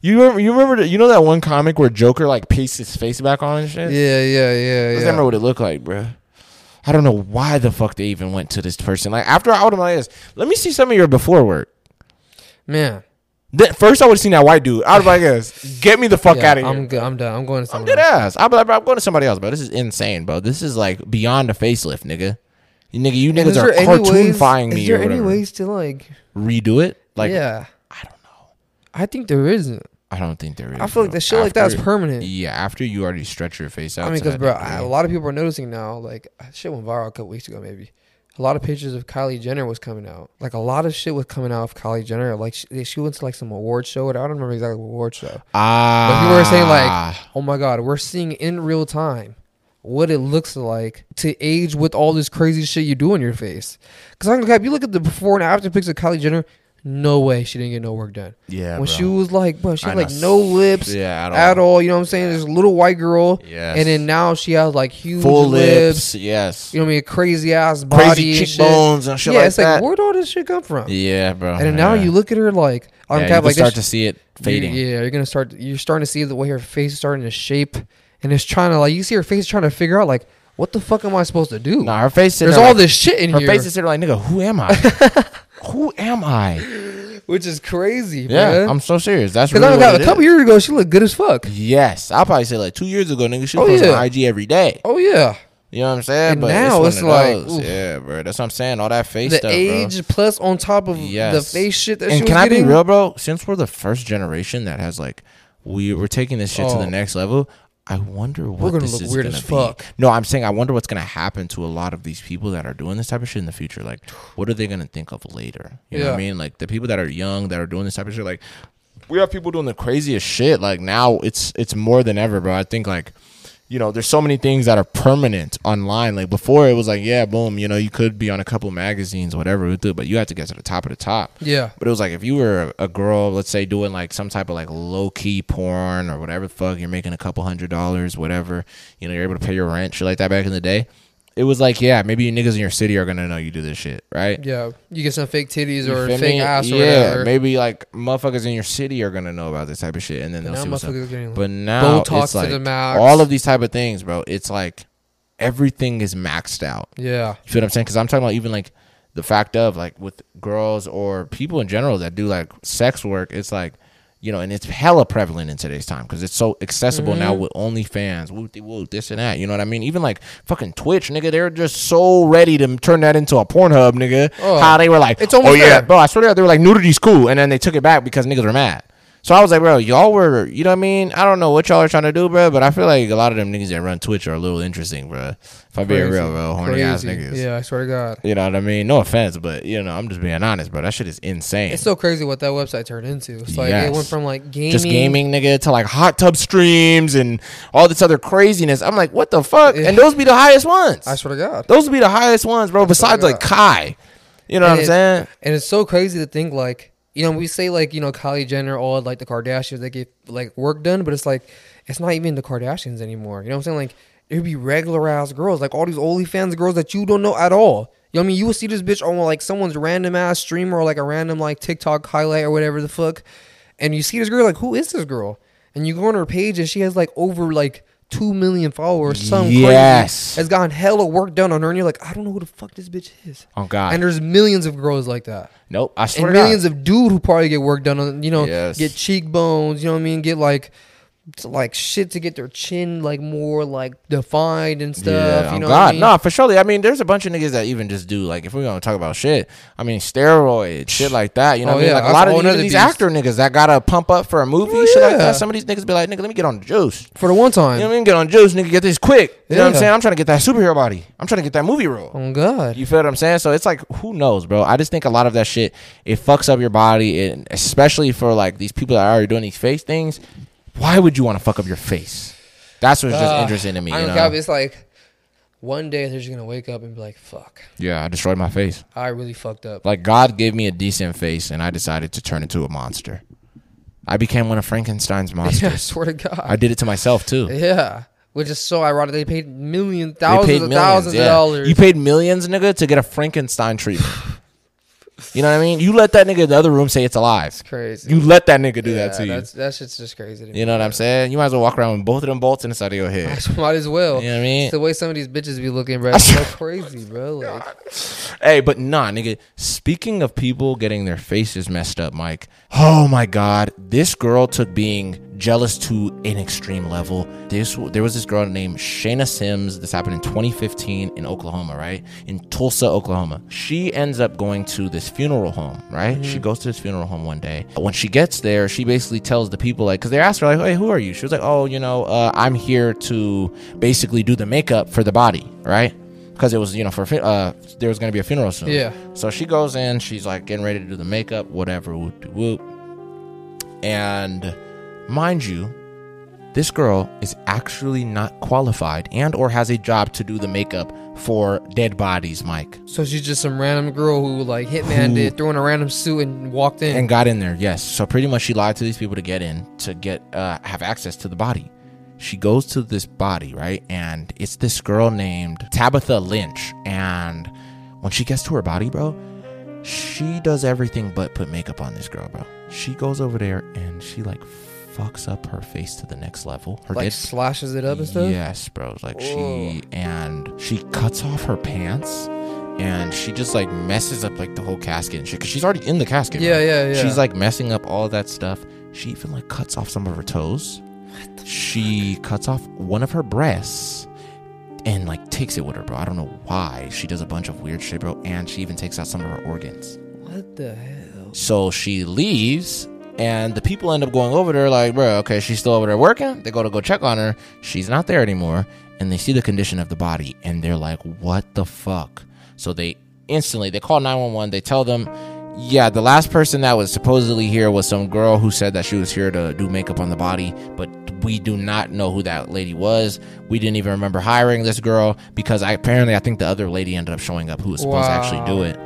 You remember? You remember? The, you know that one comic where Joker like pastes his face back on and shit. Yeah, yeah, yeah, I yeah. just remember what it looked like, bro. I don't know why the fuck they even went to this person. Like after I would have like this, let me see some of your before work. Man, Then first I would have seen that white dude. I would have like this. Get me the fuck yeah, out of here. I'm I'm, good. I'm done. I'm going to someone. dead else. ass. I'd be like, bro, I'm going to somebody else, bro. This is insane, bro. This is like beyond a facelift, nigga. You nigga, you And niggas is are there any ways- cartoonifying Is me there or any whatever. ways to like? Redo it? Like yeah, I don't know. I think there isn't. I don't think there is. I feel like bro. the shit like that's After- permanent. Yeah, after you already stretch your face out. I mean, to because that bro, degree. I, a lot of people are noticing now. Like shit went viral a couple weeks ago, maybe. A lot of pictures of Kylie Jenner was coming out. Like a lot of shit was coming out of Kylie Jenner. Like she, she went to like some award show. Or I don't remember exactly what award show. But ah, people were saying like, "Oh my God, we're seeing in real time what it looks like to age with all this crazy shit you do on your face." Because I'm like, you look at the before and after pics of Kylie Jenner. No way she didn't get no work done. Yeah, when bro. she was like, bro, she I had know. like no lips Yeah, at at, all. all. You know what I'm saying? This little white girl, Yes. and then now she has like huge full lips. lips. Yes. You know what I mean? Crazy ass body, Crazy and shit. cheekbones and shit yeah, like it's like that. where'd all this shit come from? Yeah, bro. And then now yeah. you look at her like Yeah, I'm you kind can of like start this to see it you- fading. yeah, you're gonna start. You're starting to see the way her face is starting to shape, and it's trying to like you see her face trying to figure out like what the fuck am I supposed to do? Nah, her face. sitting There's there all like- this shit in Her here, face is sitting there like, nigga, who am I? who am I? which is crazy, Yeah, man. I'm so serious. That's Because really I got what a it couple is. years ago, she looked good as fuck. Yes, I probably said like two years ago, nigga. She Oh, was posting yeah. on IG every day. Oh yeah, You know what I'm saying? And but now it's, it's one of like, those. oof. yeah, bro. That's what I'm saying. All that face the stuff, age bro. plus on top of Yes. the face shit that and she was can I getting. be real, bro? Since we're the first generation that has like, we we're taking this shit to Oh. the next level. I wonder what gonna this look is weird gonna as be. fuck. No, I'm saying I wonder what's gonna happen to a lot of these people that are doing this type of shit in the future. Like, what are they gonna think of later? You know what I Yeah. mean? Like the people that are young that are doing this type of shit. Like, we have people doing the craziest shit. Like now, it's it's more than ever, bro. I think like you know, there's so many things that are permanent online. Like before, it was like, yeah, boom, you know, you could be on a couple magazines, whatever, with it, but you had to get to the top of the top. Yeah. But it was like if you were a a girl, let's say, doing like some type of like low key porn or whatever the fuck, you're making a couple hundred dollars, whatever, you know, you're able to pay your rent, shit like that back in the day. It was like, yeah, maybe you niggas in your city are gonna know you do this shit, right? Yeah, you get some fake titties You or feel fake me? ass or yeah, whatever. maybe like motherfuckers in your city are gonna know about this type of shit, and then they'll now see what's up. motherfuckers getting But now Botox it's to like the max. all of these type of things, bro. It's like everything is maxed out. Yeah, You feel what I'm saying? Because I'm talking about even like the fact of like with girls or people in general that do like sex work. It's like you know, and it's hella prevalent in today's time because it's so accessible now Mm-hmm. with OnlyFans, whoop de whoop, this and that. You know what I mean? Even like fucking Twitch, nigga, they're just so ready to turn that into a Pornhub, nigga. Oh. How they were like, It's oh almost yeah, there. bro, I swear to God, they were like nudity's cool, and then they took it back because niggas were mad. So I was like, bro, y'all were, you know what I mean? I don't know what y'all are trying to do, bro, but I feel like a lot of them niggas that run Twitch are a little interesting, bro. If I'm being Crazy. real, bro, horny ass Crazy. niggas. Yeah, I swear to God, You know what I mean? No offense, but you know, I'm just being honest, bro. That shit is insane. it's so crazy what that website turned into. It's like Yes. it went from like gaming, just gaming, nigga, to like hot tub streams and all this other craziness. I'm like, what the fuck? Yeah. And those be the highest ones. I swear to God, Those would be the highest ones, bro. Besides swear to like Kai. You know And what I'm it- saying? And it's so crazy to think like you know we say like you know Kylie Jenner all like the Kardashians they get like work done, but it's like it's not even the Kardashians anymore. You know what I'm saying? Like it'd be regular ass girls like all these OnlyFans girls that you don't know at all. You know what I mean? You will see this bitch on like someone's random ass stream or like a random like TikTok highlight or whatever the fuck, and you see this girl like who is this girl? And you go on her page and she has like over like. Two million followers, some Yes. crazy has gotten hella work done on her, and you're like, I don't know who the fuck this bitch is. Oh, God. And there's millions of girls like that. Nope. I And swear to millions God. of dude who probably get work done on you know, Yes. get cheekbones, you know what I mean, get like t- like shit to get their chin like more like defined and stuff. Yeah, you oh, know God, what I mean? nah, for surely. I mean, there's a bunch of niggas that even just do like, if we're gonna talk about shit, I mean, steroids, shit like that. You know, Oh, what I mean, yeah, like a that's lot a of whole these, nother these beast. Oh, actor niggas that gotta pump up for a movie, shit like yeah. that. Some of these niggas be like, nigga, let me get on the juice. For the one time. You know what I mean? Get on juice, nigga. Get this quick. You know what I'm Yeah. saying? I'm trying to get that superhero body. I'm trying to get that movie role. Oh God. You feel what I'm saying? So it's like, who knows, bro? I just think a lot of that shit it fucks up your body, and especially for like these people that are already doing these face things. Why would you want to fuck up your face? That's what's just Ah, interesting to me. I you don't know? know. It's like one day they're just gonna wake up and be like, fuck. yeah, I destroyed my face. I really fucked up. Like God gave me a decent face, and I decided to turn into a monster. I became one of Frankenstein's yeah, I monsters. swear to God. I did it to myself too. yeah. Which is so ironic. They paid million They thousands paid of millions, thousands yeah. of dollars. You paid millions, nigga, to get a Frankenstein treatment. you know what I mean? You let that nigga in the other room say it's alive. crazy. You let that nigga do that Yeah, to you. That's that shit's just crazy to me. You know what I'm saying? You might as well walk around with both of them bolts inside of your head. Might as well. You know what I mean? It's the way some of these bitches be looking, bro. It's so crazy, bro. Like, Hey, but nah, nigga. Speaking of people getting their faces messed up, Mike. Oh my God, this girl took being jealous to an extreme level. This there was this girl named Shayna Sims. This happened in 2015 in Oklahoma, right? In Tulsa, Oklahoma. She ends up going to this funeral home, right? She goes to this funeral home one day. When she gets there, she basically tells the people like, because they asked her like, "Hey, who are you?" She was like, "Oh, you know, uh, I'm here to basically do the makeup for the body, right?" because it was you know for a fu- uh there was gonna be a funeral soon. Yeah. So she goes in, she's like getting ready to do the makeup, whatever, whoop de whoop. And mind you, this girl is actually not qualified and or has a job to do the makeup for dead bodies, Mike. so she's just some random girl who like hitman did, threw in a random suit and walked in. And got in there, yes. So pretty much she lied to these people to get in to get uh have access to the body. She goes to this body, right? And it's this girl named Tabitha Lynch. And when she gets to her body, bro, she does everything but put makeup on this girl, bro. She goes over there and she like fucks up her face to the next level. Her Like dead- slashes it up and stuff. Yes, bro. Like she and she cuts off her pants and she just like messes up like the whole casket and shit because she's already in the casket. Yeah, bro. yeah, yeah. She's like messing up all that stuff. She even like cuts off some of her toes. She cuts off one of her breasts and like takes it with her, bro. I don't know why. She does a bunch of weird shit, bro. And she even takes out some of her organs. What the hell? So she leaves, and the people end up going over there, like, bro, okay, she's still over there working. They go to go check on her. She's not there anymore. And they see the condition of the body, and they're like, what the fuck? So they instantly they call 911. They tell them, yeah, the last person that was supposedly here was some girl who said that she was here to do makeup on the body, but we do not know who that lady was. We didn't even remember hiring this girl because I, apparently I think the other lady ended up showing up who was supposed to actually do Wow. it.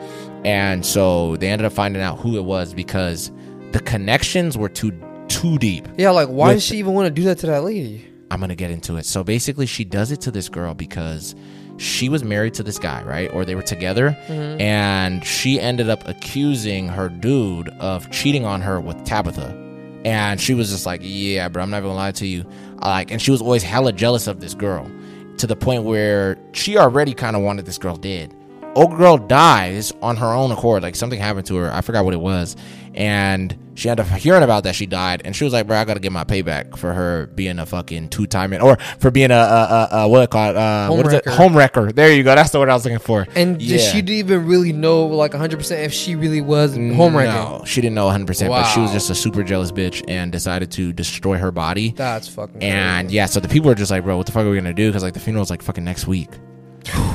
And so they ended up finding out who it was because the connections were too too deep. Yeah, like why With- does she even want to do that to that lady? I'm gonna get into it. So basically, she does it to this girl because she was married to this guy, right? Or they were together, and she ended up accusing her dude of cheating on her with Tabitha. And she was just like, "Yeah, bro, I'm not gonna lie to you." Like, and she was always hella jealous of this girl, to the point where she already kind of wanted this girl dead. Old girl dies on her own accord. Like something happened to her. I forgot what it was. And she ended up hearing about that she died. And she was like, bro, I got to get my payback for her being a fucking two time or for being a, a, a, a what it called? Uh, what is it? Homewrecker. Home wrecker. There you go. That's the word I was looking for. And did Yeah. she didn't even really know like 100% if she really was home wrecking. No, she didn't know 100%, but she was Wow. just a super jealous bitch and decided to destroy her body. That's fucking And crazy. yeah, so the people were just like, bro, what the fuck are we gonna do? Because like the funeral's like fucking next week.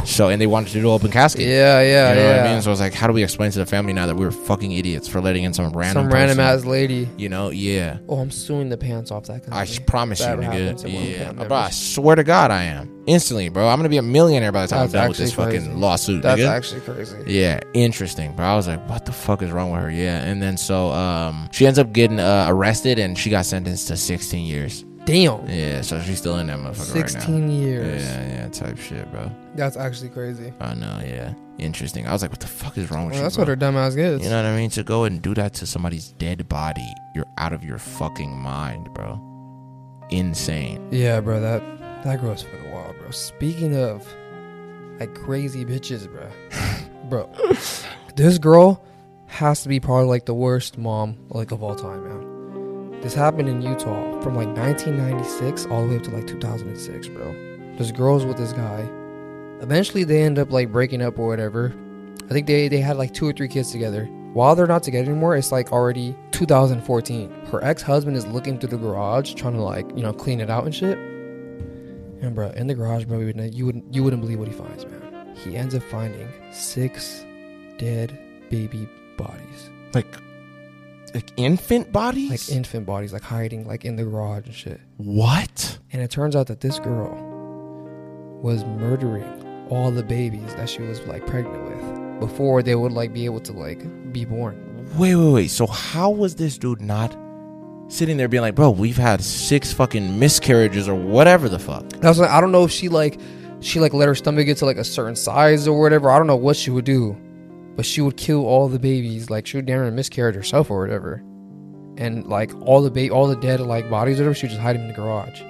so and they wanted to do the open casket. Yeah, yeah, you know yeah. what I mean. So I was like, how do we explain to the family now that we were fucking idiots for letting in some random Some random person? ass lady. You know, yeah. Oh, I'm suing the pants off that guy. I s- promise you, That happens nigga. at one Yeah, point, bro. I swear to God, I am instantly, bro. I'm gonna be a millionaire by the time That's I'm done with this actually crazy. fucking lawsuit, That's nigga. actually crazy. Yeah, interesting. But I was like, what the fuck is wrong with her? Yeah, and then so um, she ends up getting uh, arrested and she got sentenced to 16 years. Damn. Yeah, so she's still in that motherfucker right now. 16 years. Yeah, yeah, type shit, bro. That's actually crazy. I know, yeah. Interesting. I was like, what the fuck is wrong with Well, you? that's bro? what her dumb ass gets. you know what I mean? To go and do that to somebody's dead body, you're out of your fucking mind, bro. Insane. Yeah, bro, that that girl's fucking wild, bro. Speaking of like crazy bitches, bro, bro, this girl has to be probably like the worst mom like of all time, man. This happened in Utah from like 1996 all the way up to like 2006, bro. This girl's with this guy. Eventually, they end up like breaking up or whatever. I think they they had like two or three kids together. While they're not together anymore, it's like already 2014. Her ex-husband is looking through the garage, trying to like you know clean it out and shit. And bro, in the garage, bro, you wouldn't you wouldn't, you wouldn't believe what he finds, man. He ends up finding six dead baby bodies, Like, like infant bodies? like infant bodies, like hiding like in the garage and shit. what? And it turns out that this girl was murdering all the babies that she was like pregnant with before they would like be able to like be born. Wait, wait, wait. So how was this dude not sitting there being like, bro, we've had six fucking miscarriages or whatever the fuck? That's why I don't know if she like she like let her stomach get to like a certain size or whatever. I don't know what she would do, but she would kill all the babies. Like she would damn near miscarriage herself or whatever, and like all the ba- all the dead like bodies or whatever, she would just hide them in the garage.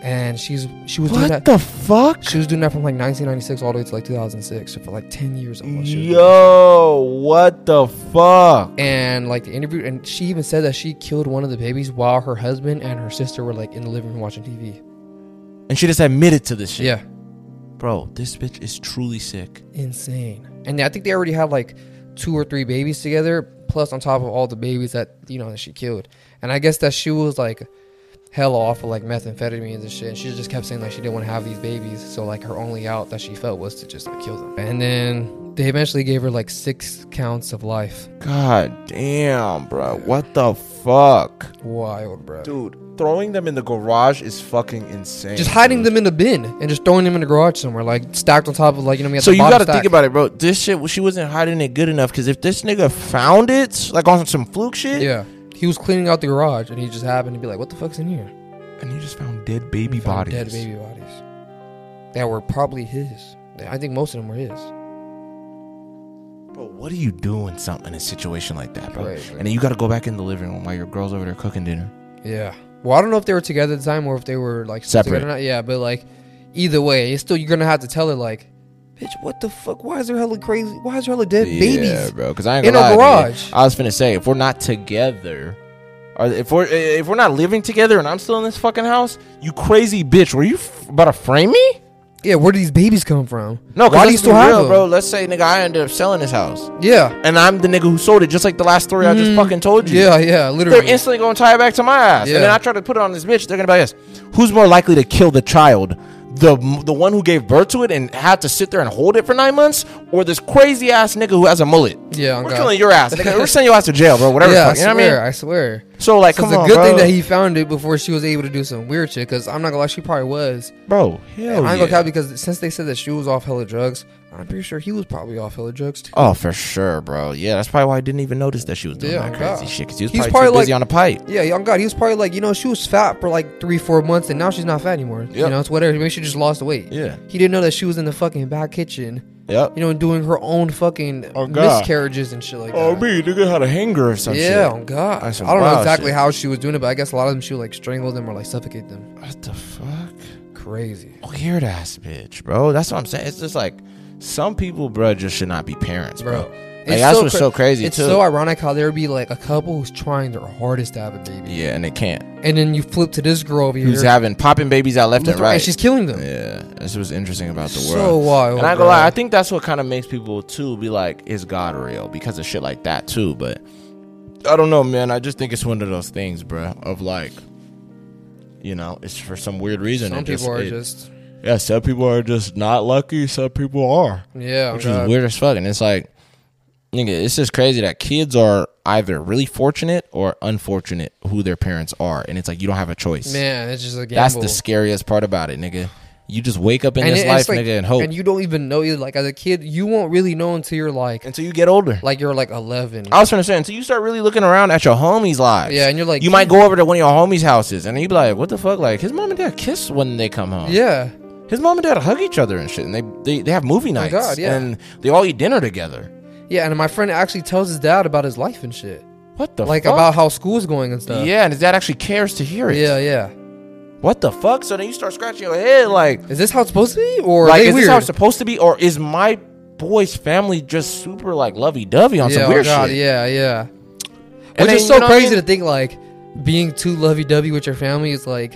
And she's she was doing that. What the fuck? she was doing that from like 1996 all the way to like 2006, so for like 10 years almost. she was doing that. Yo, what the fuck? and like the interview and she even said that she killed one of the babies while her husband and her sister were like in the living room watching tv And she just admitted to this shit. yeah Bro, this bitch is truly sick. insane and i think they already had like two or three babies together plus on top of all the babies that you know that she killed and i guess that she was like hell off of like methamphetamines and shit and she just kept saying like she didn't want to have these babies so like her only out that she felt was to just like kill them and then they eventually gave her like six counts of life God damn, bro. What the fuck? wild bro Dude, throwing them in the garage is fucking insane. just hiding dude. them in a bin and just throwing them in the garage somewhere, like stacked on top of like you know. So you got to think about it, bro. This shit, she wasn't hiding it good enough because if this nigga found it, like on some fluke shit, Yeah, he was cleaning out the garage and he just happened to be like, "What the fuck's in here?" and you just found dead baby He found bodies. dead baby bodies that were probably his. I think most of them were his. Bro, what do you do in some in a situation like that, bro? Right, right. And then you got to go back in the living room while your girl's over there cooking dinner. Yeah. Well, I don't know if they were together at the time or if they were like still Separate. together Or not. Yeah, but like either way, it's still you're gonna have to tell her like, bitch, what the fuck? Why is there hella crazy? Why is there hella dead babies? bro. Because I ain't in a gonna lie, dude. garage. I was finna say if we're not together, or if we're if we're not living together, and I'm still in this fucking house, you crazy bitch. Were you f- about to frame me? Yeah, where do these babies come from? No, 'cause why do let's you still be have real, them, bro? Let's say nigga, I ended up selling this house, Mm-hmm. Yeah, and I'm the nigga who sold it, just like the last story I just fucking told you. yeah, yeah. They're Literally, instantly gonna tie it back to my ass, Yeah. and then I try to put it on this bitch. They're gonna be like, this. "Who's more likely to kill the child, the the one who gave birth to it and had to sit there and hold it for nine months, or this crazy ass nigga who has a mullet?" Yeah, on we're God. killing your ass. Nigga. we're sending your ass to jail, bro. Whatever. yeah, the I fuck, you know swear, what I mean? I swear. So like, So come it's on, a good bro. thing that he found it before she was able to do some weird shit. Because I'm not gonna lie, she probably was. bro. I Hell ain't Oh, yeah. gonna count because since they said that she was off hella drugs, I'm pretty sure he was probably off hella drugs too. Oh, for sure, bro. Yeah, that's probably why I didn't even notice that she was doing Yeah, that on crazy God. shit because she was He's probably, probably too busy like- on a pipe. Yeah, young God, he was probably like, you know, she was fat for like three, four months, and now she's not fat anymore. Yep. You know, it's whatever. Maybe she just lost weight. Yeah. He didn't know that she was in the fucking back kitchen, Yep. you know, and doing her own fucking Oh, God. miscarriages and shit like oh, that. me, nigga had a hanger or some yeah, oh shit. God. I That's some don't know wild exactly shit. how she was doing it, but I guess a lot of them she would like strangle them or like suffocate them. What the fuck? Crazy. weird ass bitch, bro. That's what I'm saying. It's just like some people, bro, just should not be parents, bro. Bro. Like, that's what's cra- so crazy It's too. so ironic how there would be like a couple who's trying their hardest to have a baby, yeah, and they can't. and then you flip to this girl over here, Who's having popping babies out left left and and right, right? and she's killing them. yeah, this was interesting about the So world. wild, And I ain't bro. gonna lie, I think that's what kind of makes people too be like, is God real? Because of shit like that too. But I don't know, man. I just think it's one of those things, bro. Of like, you know, it's for some weird reason. Some it people are it- just yeah. Some people are just not lucky. Some people are. yeah, which God. is weird as fuck. And it's like, nigga, it's just crazy that kids are either really fortunate or unfortunate who their parents are, and it's like you don't have a choice. Man, it's just a gamble. That's the scariest part about it, nigga. You just wake up in this it- life, it's like- nigga, and hope And you don't even know you like as a kid, you won't really know until you're like until you get older. like you're like eleven. I was trying to say until you start really looking around at your homies' lives. Yeah, and you're like- you might go over to one of your homies' houses, and you'd be like, "What the fuck?" Like his mom and dad kiss when they come home. yeah. his mom and dad hug each other and shit, and they they, they have movie nights, Oh, God, yeah. and they all eat dinner together. Yeah, and my friend actually tells his dad about his life and shit. What the like fuck? about how school's going and stuff. yeah, and his dad actually cares to hear it. Yeah, yeah. what the fuck? So then you start scratching your head, like, Is this how it's supposed to be? Or like are they is weird? this how it's supposed to be, or is my boy's family just super like lovey dovey on yeah, some oh weird God, shit? yeah, yeah. Which And then, is you so know what I crazy mean? to think like being too lovey dovey with your family is like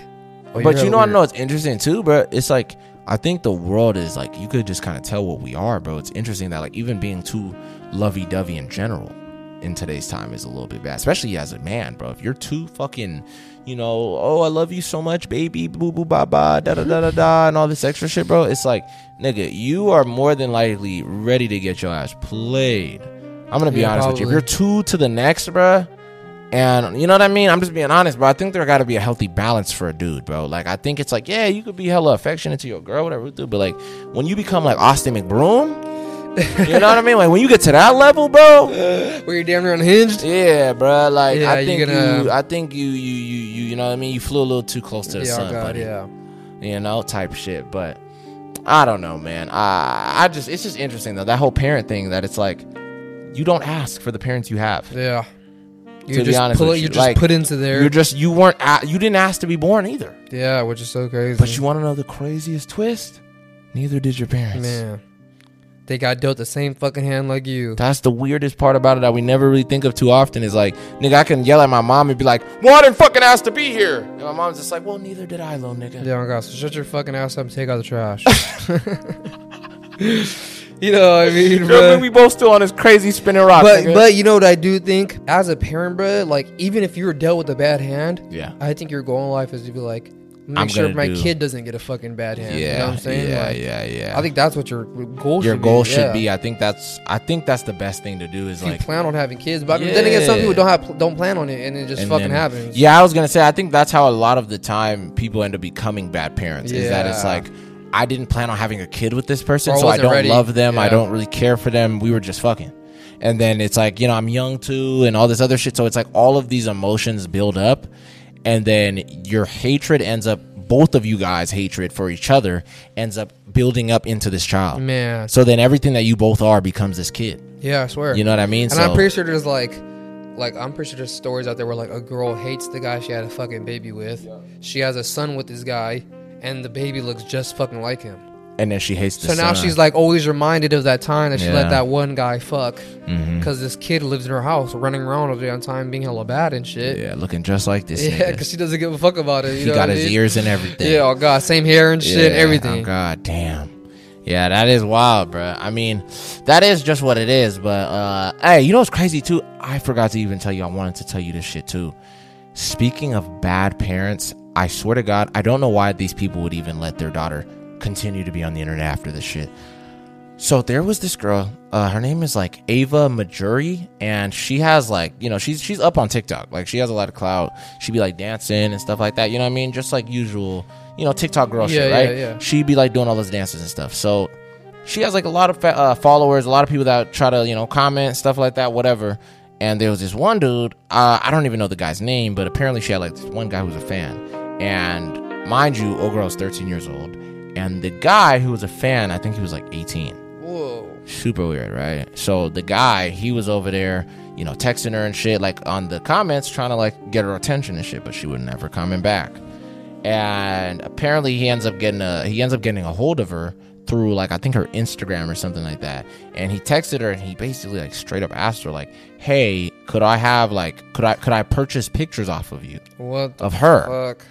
oh, you're But you hella know, I weird. know it's interesting too, bro. It's like I think the world is like you could just kind of tell what we are, bro. It's interesting that like even being too lovey dovey in general in today's time is a little bit bad, especially as a man, bro. If you're too fucking, you know, oh I love you so much, baby, boo boo ba ba, da da da da da, and all this extra shit, bro. It's like nigga, you are more than likely ready to get your ass played. I'm gonna be Yeah, honest with you. probably. If you're two to the next, bruh, and you know what I mean? I'm just being honest, bro. I think there got to be a healthy balance for a dude, bro. Like, I think it's like, yeah, you could be hella affectionate to your girl, whatever, dude. But like, when you become like Austin McBroom, you know what I mean? Like, when you get to that level, bro, where you're damn near unhinged. yeah, bro. Like, Yeah, I you think you, gonna- I think you, you, you, you, you know what I mean? You flew a little too close to the Yeah, oh, sun, God, buddy. yeah. You know, type shit. But I don't know, man. I, I just, it's just interesting though that whole parent thing. That it's like, you don't ask for the parents you have. Yeah. You To be just honest pull, with you, you just like, put into there. You're just, you weren't, a- you didn't ask to be born either. yeah, which is so crazy. But you want to know the craziest twist? Neither did your parents. man, they got dealt the same fucking hand like you. That's the weirdest part about it that we never really think of too often. Is like, nigga, I can yell at my mom and be like, "Well, I didn't fucking ask to be here," and my mom's just like, "Well, neither did I, little nigga." Yeah, my God, so shut your fucking ass up and take out the trash. you know what I mean, Girl, bro? man, we both still on this crazy spinning rock. But nigga. but you know what I do think as a parent, bro. Like even if you were dealt with a bad hand, Yeah. I think your goal in life is to be like, make I'm sure gonna my do- kid doesn't get a fucking bad hand. yeah, you know what I'm saying? yeah, Like, yeah, yeah. I think that's what your goal. your should goal be, should yeah. be. I think that's. I think that's the best thing to do. Is If like you plan on having kids, but I mean, then again, some Yeah. people don't have don't plan on it, and it just and fucking then- happens. Yeah, I was gonna say. I think that's how a lot of the time people end up becoming bad parents. Is that it's Yeah. like I didn't plan on having a kid with this person, Or I so I wasn't don't ready. love them. I Yeah. don't really care for them. We were just fucking. And then it's like you know I'm young too, and all this other shit. So it's like all of these emotions build up, and then your hatred ends up. Both of you guys' hatred for each other ends up building up into this child. Man. So then everything that you both are becomes this kid. Yeah, I swear. You know what I mean? And I'm pretty sure there's like like I'm pretty sure there's stories out there where like a girl hates the guy she had a fucking baby with. She has a son with this guy, and the baby looks just fucking like him. and then she hates. The So now son. she's like always reminded of that time that she Yeah. Mm-hmm. let that one guy fuck because this kid lives in her house running around all the damn time being hella bad and shit. yeah, looking just like this. Yeah, nigga. because she doesn't give a fuck about it. You he know got what I his mean? ears and everything. Yeah, oh god, same hair and shit, Yeah, everything. Oh, God damn. Yeah, that is wild, bruh. I mean, that is just what it is. But uh hey, you know what's crazy too? I forgot to even tell you. I wanted to tell you this shit too. Speaking of bad parents, I swear to God, I don't know why these people would even let their daughter continue to be on the internet after this shit. So there was this girl. Uh, her name is like Ava Majuri, and she has like you know she's she's up on TikTok. Like she has a lot of clout. She be like dancing and stuff like that. You know what I mean? Just like usual, you know TikTok girl Yeah, shit, yeah, right? yeah. She be like doing all those dances and stuff. So she has like a lot of fa- uh, followers, a lot of people that try to you know comment stuff like that, whatever. And there was this one dude. Uh, I don't even know the guy's name, but apparently she had like this one guy who was a fan. And mind you, old girl was 13 years old, and the guy who was a fan, I think he was like 18 Whoa. super weird, right? So the guy, he was over there, you know, texting her and shit, like on the comments, trying to like get her attention and shit, but she would never comment back. And apparently, he ends up getting a he ends up getting a hold of her through like I think her Instagram or something like that. And he texted her, and he basically like straight up asked her like, "Hey, could I have like could I could I purchase pictures off of you?" What the Of her. fuck?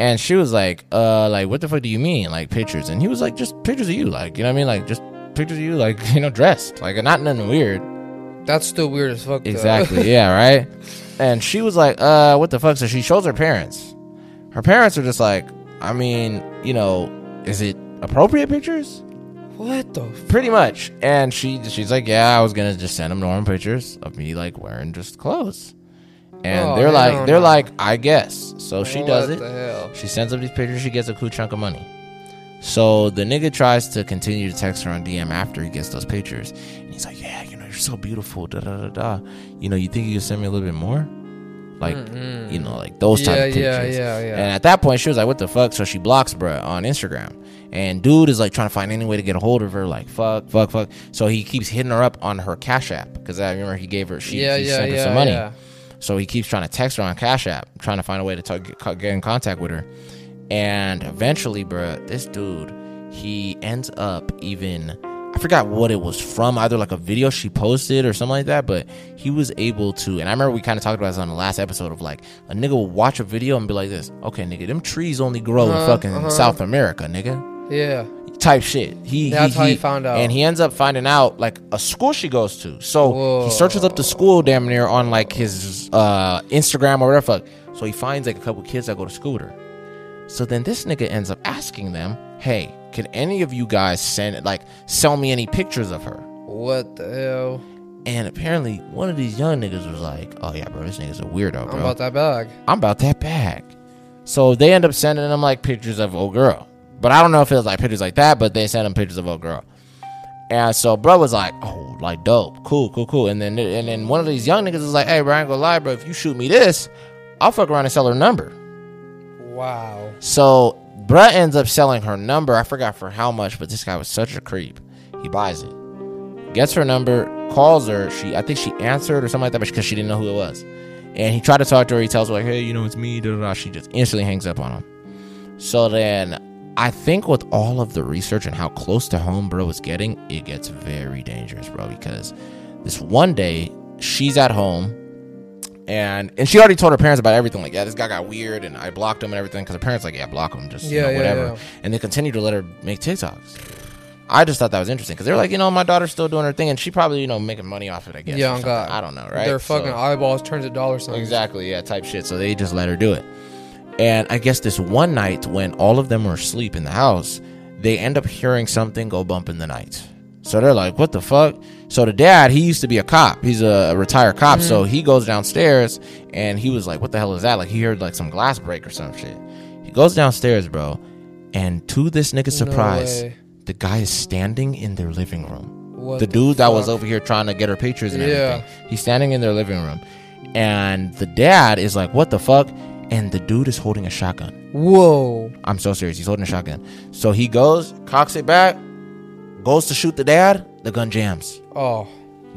And she was like, uh, like, what the fuck do you mean? Like pictures. And he was like, just pictures of you. Like, you know what I mean? Like just pictures of you, like, you know, dressed. Like not nothing weird. That's still weird as fuck. though. Exactly. yeah. Right. And she was like, uh, what the fuck? So she shows her parents. Her parents are just like, I mean, you know, is it appropriate pictures? what the f- Pretty much. And she she's like, yeah, I was gonna just send them normal pictures of me like wearing just clothes. And Oh, they're hell like, they're no. like, I guess. So she does what it. the hell? She sends up these pictures. She gets a cool chunk of money. So the nigga tries to continue to text her on DM after he gets those pictures. And he's like, Yeah, you know, you're so beautiful. Da da da da. You know, you think you can send me a little bit more? Like, you know, like those type Mm-hmm. Yeah, of yeah, pictures. yeah, yeah. And at that point, she was like, What the fuck? So she blocks bruh on Instagram. And dude is like trying to find any way to get a hold of her. Like, fuck, fuck, fuck. So he keeps hitting her up on her Cash App. Because I remember he gave her, she, yeah, she yeah, sent her yeah, some money. yeah. So he keeps trying to text her on Cash App, trying to find a way to talk, get, co- get in contact with her. And eventually, bruh, this dude, he ends up even, I forgot what it was from, either like a video she posted or something like that, but he was able to, and I remember we kind of talked about this on the last episode of like, a nigga will watch a video and be like this, okay, nigga, them trees only grow in fucking South America, nigga Yeah. type shit. He That's how he found out. and he ends up finding out like a school she goes to. So Whoa. he searches up the school damn near on like his uh, Instagram or whatever. Fuck. So he finds like a couple kids that go to school with her. So then this nigga ends up asking them, "Hey, can any of you guys send like sell me any pictures of her?" What the hell? And apparently one of these young niggas was like, "Oh yeah, bro, this nigga's a weirdo, bro. I'm about that bag. I'm about that bag. So they end up sending them like pictures of old girl. But I don't know if it was like pictures like that, but they sent him pictures of old girl. And so bro was like, oh, like dope, cool, cool, cool. And then and then one of these young niggas was like, hey, bro, I ain't gonna lie, bro. If you shoot me this, I'll fuck around and sell her number. Wow. So bruh ends up selling her number. I forgot for how much, but this guy was such a creep. He buys it, gets her number, calls her. She, I think she answered or something like that, but because she didn't know who it was. And he tried to talk to her. He tells her like, "Hey, you know it's me." Da da da. She just instantly hangs up on him. So then, I think with all of the research and how close to home bro is getting, it gets very dangerous, bro. Because this one day she's at home and and she already told her parents about everything. Like, yeah, this guy got weird, and I blocked him and everything. Because her parents like, yeah, block him, just you Yeah, know, yeah, whatever. yeah. And they continue to let her make TikToks. I just thought that was interesting because they're like, you know, my daughter's still doing her thing, and she probably you know making money off it. I guess. or yeah, on something. God. I don't know, right? Their So- fucking eyeballs turns to dollar signs. Exactly, yeah, type shit. So they just let her do it. And I guess this one night when all of them were asleep in the house, they end up hearing something go bump in the night. So they're like, what the fuck? So the dad, he used to be a cop. He's a retired cop. So Mm-hmm. he goes downstairs and he was like, what the hell is that? Like he heard like some glass break or some shit. He goes downstairs, bro. And to this nigga's No surprise, way. the guy is standing in their living room What the dude that was fuck? over here trying to get her pictures and Yeah. everything. He's standing in their living room, and the dad is like, "What the fuck?" And the dude is holding a shotgun. Whoa. I'm so serious. He's holding a shotgun. So he goes, cocks it back, goes to shoot the dad. The gun jams. Oh.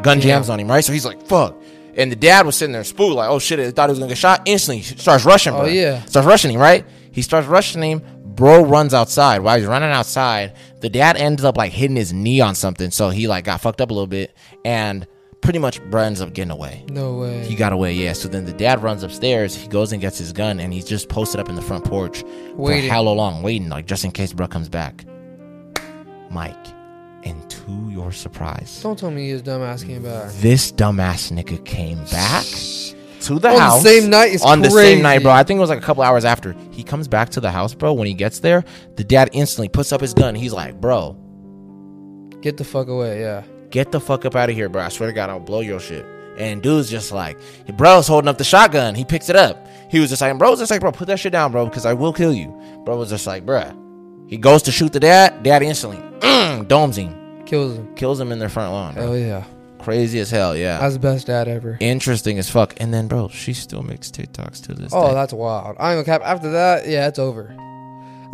Gun jams on him, right? So he's like, "Fuck." And the dad was sitting there spooked, like, oh shit, I thought he was gonna get shot. Instantly he starts rushing, bro. Oh, yeah. Starts rushing him, right? He starts rushing him. Bro runs outside. While he's running outside, the dad ends up like hitting his knee on something. So he like got fucked up a little bit and pretty much bro ends up getting away. No way. He got away, yeah. So then the dad runs upstairs. He goes and gets his gun, and he's just posted up in the front porch Waiting. for how long, waiting, like just in case bro comes back. Mike, and to your surprise, Don't tell me his dumb ass came back. this dumbass nigga came back to the On the house same night? It's on the same night, crazy. bro. I think it was like a couple hours after he comes back to the house, bro. When he gets there, the dad instantly puts up his gun. He's like, "Bro, Get the fuck away, yeah. get the fuck up out of here, bro. I swear to God, I'll blow your shit. And dude's just like, bro's holding up the shotgun. He picks it up. He was just like, bro's just like, bro, put that shit down, bro, because I will kill you. Bro was just like, bruh. He goes to shoot the dad. Dad instantly mm, domes him, Kills him. kills him in their front lawn. bro. Hell yeah. Crazy as hell, yeah. That's the best dad ever. Interesting as fuck. And then, bro, she still makes TikToks to this Oh, day. that's wild. I ain't gonna cap. After that, yeah, it's over.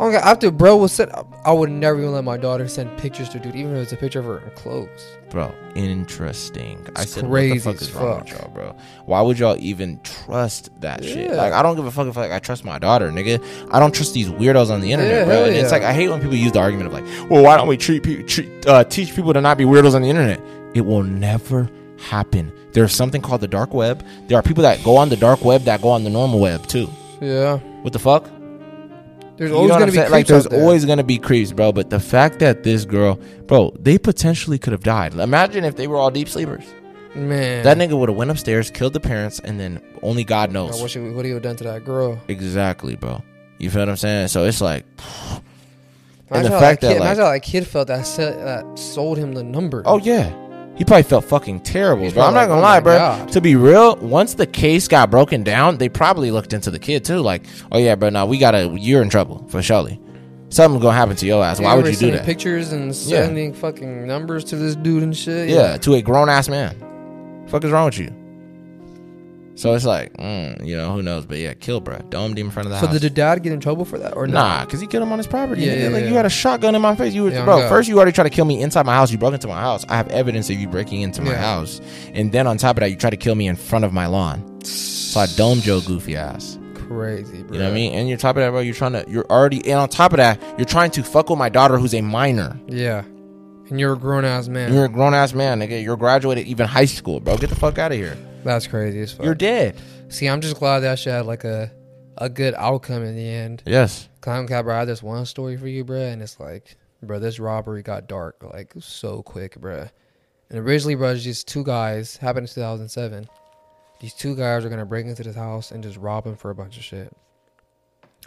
Oh my god, after bro was sent, I would never even let my daughter send pictures to dude, even if it's a picture of her in clothes. bro, interesting. I It's said, crazy what as the fuck is wrong with fuck. y'all, bro? Why would y'all even trust that shit? Yeah. Like, I don't give a fuck if like I trust my daughter, nigga. I don't trust these weirdos on the internet, Yeah, bro. hell And it's yeah. like I hate when people use the argument of like, well, why don't we treat, pe- treat uh, teach people to not be weirdos on the internet? It will never happen. There's something called the dark web. There are people that go on the dark web that go on the normal web too. Yeah, What the fuck? there's You always know what gonna I'm be saying? like creeps out there's there. always gonna be creeps, bro. But the fact that this girl, bro, they potentially could have died. Imagine if they were all deep sleepers. man. That nigga would have went upstairs, killed the parents, and then only God I knows. wish it, what he would done to that girl. Exactly, bro. You feel what I'm saying? So it's like, And the Imagine, how, fact that that, kid, like- imagine how that kid felt that se- that sold him the number. oh yeah. He probably felt fucking terrible, He's bro. I'm not probably gonna lie, like, bro. oh my God. To be real, once the case got broken down, they probably looked into the kid too. Like, oh yeah, bro, now we gotta, you're in trouble for surely. Something's gonna happen to your ass. Dude, Why they would were you do sending that? Pictures and sending fucking numbers to this dude and shit. Yeah, to a grown ass man. Fuck is wrong with you? So it's like, mm, you know, who knows? But yeah, kill, bro. Domed him in front of the So house. did the dad get in trouble for that or Nah, not? because he killed him on his property. Yeah, nigga. yeah, like you yeah. had a shotgun in my face. You were, Yeah, I'm bro. good. First, you already tried to kill me inside my house. You broke into my house. I have evidence of you breaking into my Yeah. house. And then on top of that, you tried to kill me in front of my lawn. So I domed your goofy ass. Crazy, bro. You know what I mean? And you're top of that, bro. You're trying to. You're already. And on top of that, you're trying to fuck with my daughter, who's a minor. Yeah. And you're a grown ass man. You're a grown ass man, nigga. You're graduated even high school, bro. Get the fuck out of here. That's crazy as fuck. You're dead. See, I'm just glad that shit had like a a good outcome in the end. Yes. Clown Cat, bro, I had this one story for you, bro, and it's like, bro, this robbery got dark like so quick, bro. And originally, bro, it was these two guys happened in 2007. These two guys were gonna break into this house and just rob him for a bunch of shit.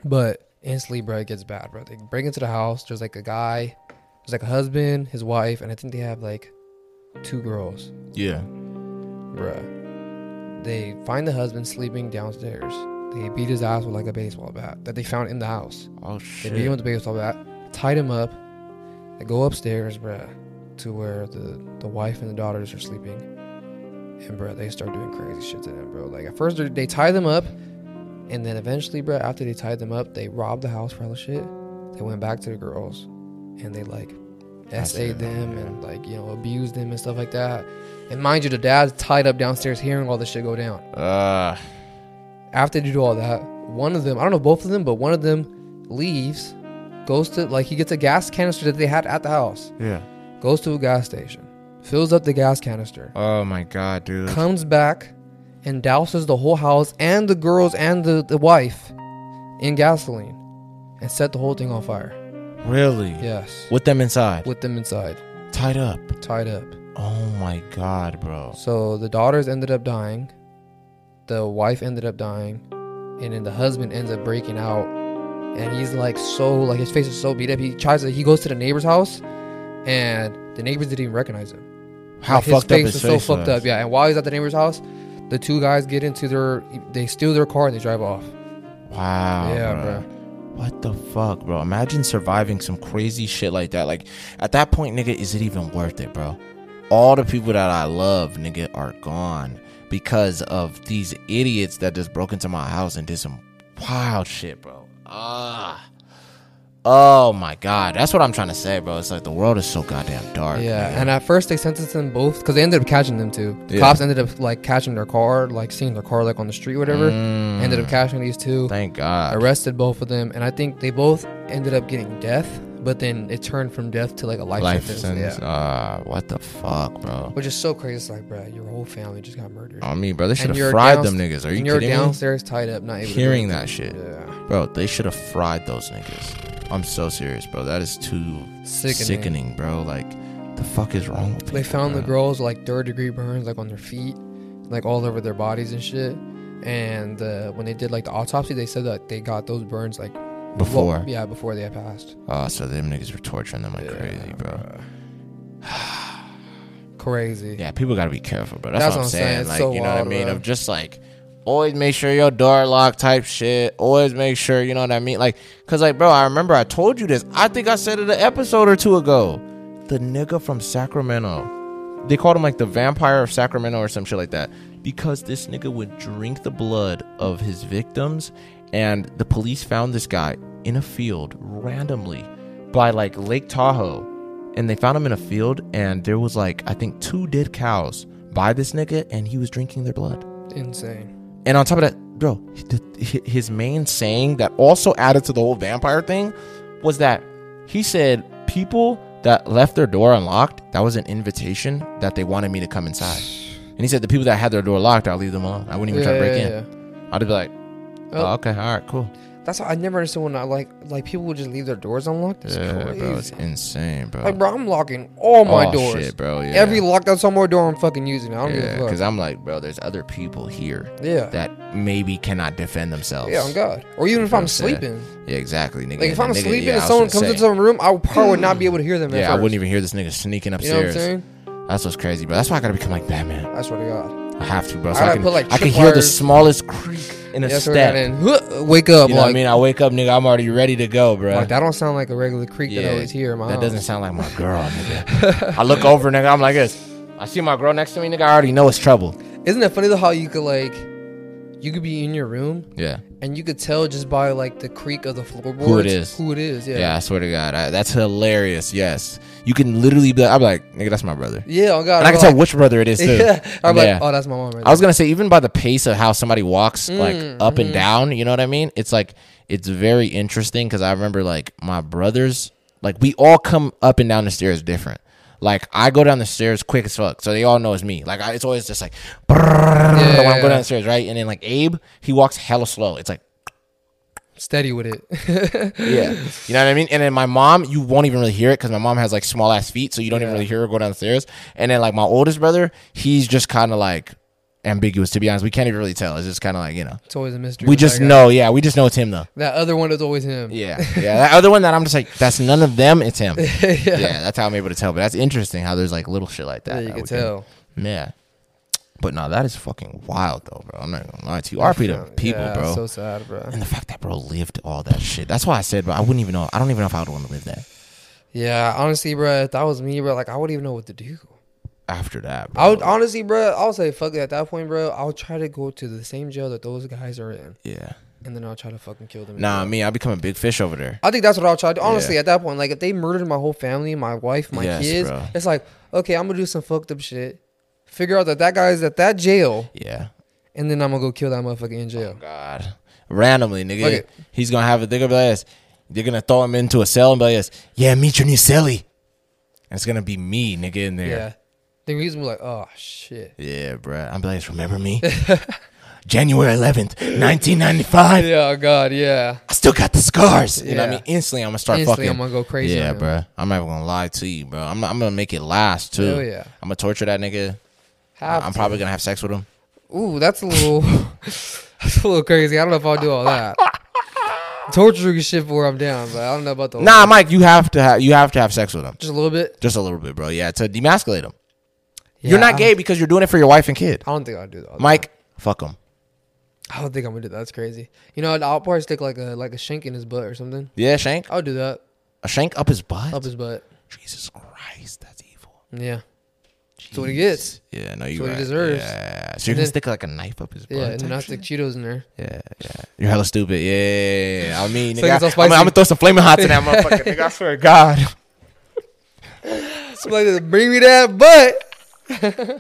But instantly, bro, it gets bad, bro. They break into the house. There's like a guy, there's like a husband, his wife, and I think they have like two girls. Yeah. Bruh. They find the husband sleeping downstairs. They beat his ass with like a baseball bat that they found in the house. They Oh beat shit. him with the baseball bat, tied him up, they go upstairs, bruh, to where the, the wife and the daughters are sleeping. And bruh, they start doing crazy shit to them, bro. Like at first they- they tie them up, and then eventually, bruh, after they tied them up, they robbed the house for all the shit. They went back to the girls and they like SA them and like, you know, abused them and stuff like that. And mind you, the dad's tied up downstairs hearing all this shit go down Uh, after they do all that, one of them, I don't know both of them, but one of them leaves, goes to, like, he gets a gas canister that they had at the house, yeah. goes to a gas station, fills up the gas canister, Oh my god, dude. comes back and douses the whole house and the girls and the, the wife in gasoline and set the whole thing on fire. Really? Yes. With them inside, With them inside, tied up. tied up. Oh my god, bro. So the daughters ended up dying, the wife ended up dying, and then the husband ends up breaking out. And he's like so like his face is so beat up. He tries to he goes to the neighbor's house, and the neighbors didn't even recognize him. How Like, fucked up his was face so fucked was. up. Yeah, and while he's at the neighbor's house, the two guys get into their they steal their car and they drive off. Wow. Yeah, bro. bro. What the fuck, bro? Imagine surviving some crazy shit like that. Like at that point, nigga, is it even worth it, bro? All the people that I love, nigga, are gone because of these idiots that just broke into my house and did some wild shit, bro. Ah. Oh my god, that's what I'm trying to say, bro. It's like the world is so goddamn dark. Yeah, nigga. and at first they sentenced them both because they ended up catching them too. The Yeah. cops ended up like catching their car, like seeing their car like on the street, or whatever. Mm. Ended up catching these two, thank God. arrested both of them, and I think they both ended up getting death. But then it turned from death to like a life, Life sentence. sentence. Yeah. Ah, what the fuck, bro? Which is so crazy. It's like, bro, your whole family just got murdered. On me, bro. Oh, They should you're have fried downst- them niggas. Are you and you're kidding me? downstairs tied up, not able to do Hearing anything. that shit, Yeah. bro. They should have fried those niggas. I'm so serious, bro. That is too Sickening. sickening, Oh bro. Like, the fuck is wrong with people? They found the bro? girls like third degree burns, like on their feet, like all over their bodies and shit. And uh, when they did like the autopsy, they said that they got those burns like before. Well, yeah, before they had passed. Oh, so them niggas were torturing them like crazy, bro. Crazy. Yeah, people gotta be careful, bro. That's, That's what I'm saying. It's Like, so you know what wild, I mean? bro. Of just like, always make sure your door locked type shit. Always make sure, you know what I mean? Like, cause like, bro, I remember I told you this. I think I said it an episode or two ago. The nigga from Sacramento, they called him like the vampire of Sacramento or some shit like that, because this nigga would drink the blood of his victims, and the police found this guy in a field randomly by like Lake Tahoe and they found him in a field and there was like i think two dead cows by this nigga and he was drinking their blood Insane. and on top of that bro h- h- his main saying that also added to the whole vampire thing was that he said people that left their door unlocked that was an invitation that they wanted me to come inside and he said the people that had their door locked i'll leave them alone i wouldn't even try to break in i'd be like oh, Oh. okay all right cool That's why I never understood when I like like people would just leave their doors unlocked. That's yeah crazy. bro it's insane bro like bro, I'm locking all my Oh, doors. shit, bro, yeah. Every lock that's on my door, I'm fucking using. it. I don't yeah give a because fuck. i'm like bro there's other people here Yeah. that maybe cannot defend themselves. yeah, on God. Or even if You know I'm what saying? sleeping. Yeah, exactly, nigga. Like if And I'm nigga- sleeping and uh, yeah, I was someone gonna comes say, into the room, I probably would not be able to hear them. at yeah, I first. wouldn't even hear this nigga sneaking You know what I'm upstairs. saying? That's what's crazy, bro. That's why I gotta become like Batman. I swear to God. I have to, bro. So I I, gotta can, put, like, I can hear the tripwires. smallest creak in a Yes, sir. step. And then wake up. You know what I like, mean? I wake up, nigga. I'm already ready to go, bro. like, that don't sound like a regular creak that I always hear in my that house. doesn't sound like my girl, nigga. I look over, nigga. I'm like this. I see my girl next to me, nigga. I already know it's trouble. Isn't it funny though how you could like, you could be in your room Yeah. and you could tell just by like the creak of the floorboards is. Who it is? Yeah. Yeah, I swear to God, I, that's hilarious. Yes, you can literally be. Like, I'm like, nigga, that's my brother. Yeah. Oh God. and I I'm can tell like- which brother it is too. Yeah. I'm Yeah. like, oh, that's my mom. Right I was gonna say even by the pace of how somebody walks, Mm, like up mm-hmm. and down, you know what I mean? It's like it's very interesting because I remember like my brothers, like we all come up and down the stairs different. Like I go down the stairs quick as fuck, so they all know it's me. Like I, it's always just like brrrr when I'm yeah. going down the stairs, right? And then like Abe, he walks hella slow. It's like there. steady with it. yeah. You know what I mean? And then my mom, you won't even really hear it because my mom has like small ass feet, so you don't even really hear her go downstairs. And then like my oldest brother, he's just kind of like ambiguous. To be honest, we can't even really tell. It's just kind of like you know, it's always a mystery. we with that just guy. know. Yeah, we just know it's him though. that other one is always him. Yeah, yeah. That other one that I'm just like, that's none of them. It's him. yeah. that's how I'm able to tell. But that's interesting how there's like little shit like that. Yeah, you that can we tell. yeah. But no, that is fucking wild though, bro. I'm not gonna lie to you. RP to people, yeah, bro. So sad, bro. And the fact that bro lived all that shit. That's why I said, bro, I wouldn't even know. I don't even know if I would want to live that Yeah, honestly, bro, if that was me, bro, like I wouldn't even know what to do. after that, bro. I would honestly, bro, I would say fuck it at that point, bro. I'll try to go to the same jail that those guys are in, yeah. and then I'll try to fucking kill them. Nah, me, I'll become a big fish over there. I think that's what I'll try to do. Honestly, Yeah. at that point, like if they murdered my whole family, my wife, my Yes, kids, bro. it's like okay, I'm gonna do some fucked up shit. Figure out that that guy's at that jail, Yeah. and then I'm gonna go kill that motherfucker in jail. God. Randomly, nigga. Look it. He's gonna have a they're gonna be like this. They're gonna throw him into a cell and be like this, yeah, meet your new cellie. And it's gonna be me, nigga, in yeah. there. Then he's gonna be like, oh shit. Yeah, bruh. I'm be like, this, remember me? January eleventh, nineteen ninety five. Yeah, oh, God, yeah. I still got the scars. You know what I Yeah. mean? Instantly, I'm gonna start Instantly, fucking. I'm gonna go crazy Yeah, on him. bruh. I'm not even gonna lie to you, bro. I'm, I'm gonna make it last too. Hell yeah. I'm gonna torture that nigga. Have I'm to. probably gonna have sex with him. Ooh, that's a little, that's a little crazy. I don't know if I'll do all that. Torture you shit for I'm down, but I don't know about the Nah, Mike, you have to have you have to have sex with him. just a little bit. Just a little bit, bro. Yeah, to demasculate him. Yeah, you're not I- gay because you're doing it for your wife and kid. I don't think I'll do that. Mike, fuck him. I don't think I'm gonna do that. That's crazy. You know, I'll probably stick like a like a shank in his butt or something. Yeah, shank. I'll do that A shank up his butt. up his butt. Jesus Christ, that's evil. Yeah, that's what he gets. Yeah, no, you what he right. deserves. Yeah, So you're gonna Then- stick like a knife up his butt? Yeah, and then I type stick shit? Cheetos in there. yeah, yeah. You're hella stupid. Yeah, yeah, yeah. I mean, So it nigga, gets all I'm, I'm spicy. gonna throw some flaming hot in that motherfucker. Nigga, I swear to God. Somebody said, bring me that butt.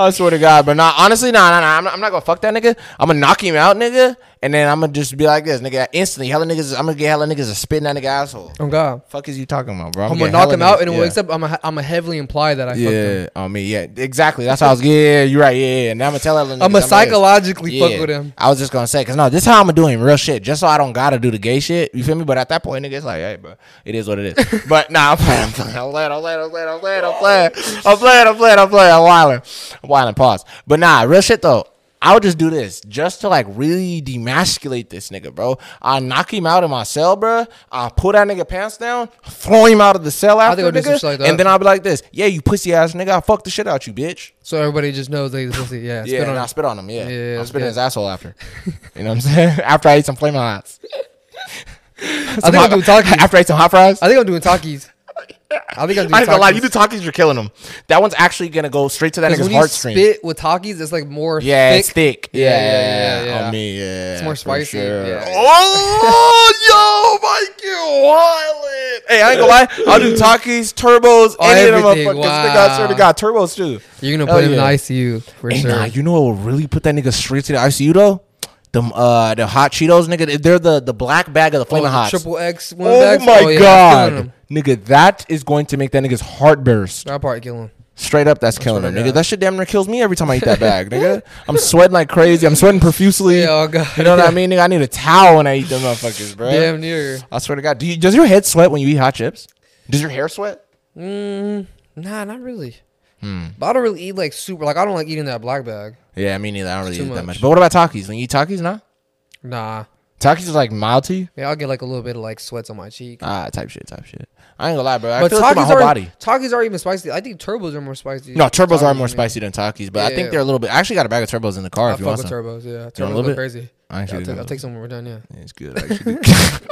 I swear to God, but nah, honestly, nah, nah, nah. I'm not, I'm not gonna fuck that nigga. I'm gonna knock him out, nigga, and then I'm gonna just be like this, nigga. Instantly, hella niggas. I'm gonna get hella niggas a spit in that nigga asshole. Oh God. Fuck is you talking about, bro? I'm getting gonna knock hella him out, niggas- and yeah. except I'm gonna I'm gonna heavily imply that I fucked him. Yeah, on me. Yeah, exactly. That's how I was. Yeah, yeah, you're right. Yeah, yeah. And I'm gonna tell hella niggas. I'm gonna this. psychologically Yeah. fuck with him. I was just gonna say, cause no, this is how I'm gonna do him real shit, just so I don't gotta do the gay shit. You feel me? But at that point, nigga, it's like, hey, bro, it is what it is. but nah, I'm playing, I'm playing, I'm playing, I'm playing, I'm playing, I'm playing, I'm playing, I'm playing, I'm playing, I'm playing, I'm wilding, I'm wilding. Pause. But nah, real shit though. I would just do this just to like really demasculate this nigga, bro. I knock him out in my cell, bro. I pull that nigga pants down, throw him out of the cell after, think I'll do some nigga, shit like that. and then I'll be like this, yeah, you pussy ass nigga, I fuck the shit out you, bitch. So everybody just knows they pussy. Yeah, Yeah, spit on and I him. spit on him. Yeah, Yeah, yeah, I spit in yeah. his asshole after. you know what I'm saying? after I ate some flaming hots. I think I'm doing talkies. After I ate some hot fries. I think I'm doing talkies. I think I'm doing I ain't gonna lie, you talkies. do talkies, you're killing him. That one's actually gonna go straight to that 'Cause nigga's when you heart stream. spit with talkies, it's like more Yeah, thick. it's thick. Yeah, Yeah, yeah, yeah, yeah, oh, yeah. On me, yeah. more for spicy, yeah. Oh, yo, Mike, you wild. Hey, I ain't gonna lie. I'll do talkies, turbos, Oh, any of them everything, motherfuckers. Nigga, I swear to wow. God, turbos too. You're gonna Hell put him yeah. in ICU for Hey, sure. nah, you know what will really put that nigga straight to the ICU though? Them uh, the hot Cheetos, nigga. They're the the black bag of Oh, the flaming the hot. triple X. one Oh bags? my Oh, yeah, I'm killing god, him. nigga, that is going to make that nigga's heart burst. I'll probably kill him. Straight up, that's killing him, nigga. That shit damn near kills me every time I eat that bag, nigga. I'm sweating like crazy. I'm sweating profusely. Yeah, oh god. You know what I mean, nigga? I need a towel when I eat them motherfuckers, bro. Damn near. I swear to God, do you, does your head sweat when you eat hot chips? Does your hair sweat? Mm, nah, not really. Hmm. But I don't really eat like super. Like I don't like eating that black bag. Yeah, me neither. I don't really too eat that much. much. But what about Takis? When you eat Takis, nah? Nah. Takis is like mild to you? Yeah, I'll get like a little bit of like sweats on my cheek. Ah, type shit, type shit. I ain't gonna lie, bro. I but feel it through my Takis whole are body. Takis are even spicy. I think turbos are more spicy. No, turbos Takis, are more man. spicy than Takis, but I think Yeah. they're a little bit. I actually got a bag of turbos in the car I if you fuck want with some. turbos. Yeah, You want turbos a little go bit? crazy. I Yeah, actually I'll, do take, I'll want take some. some when we're done. Yeah. It's good. I actually do.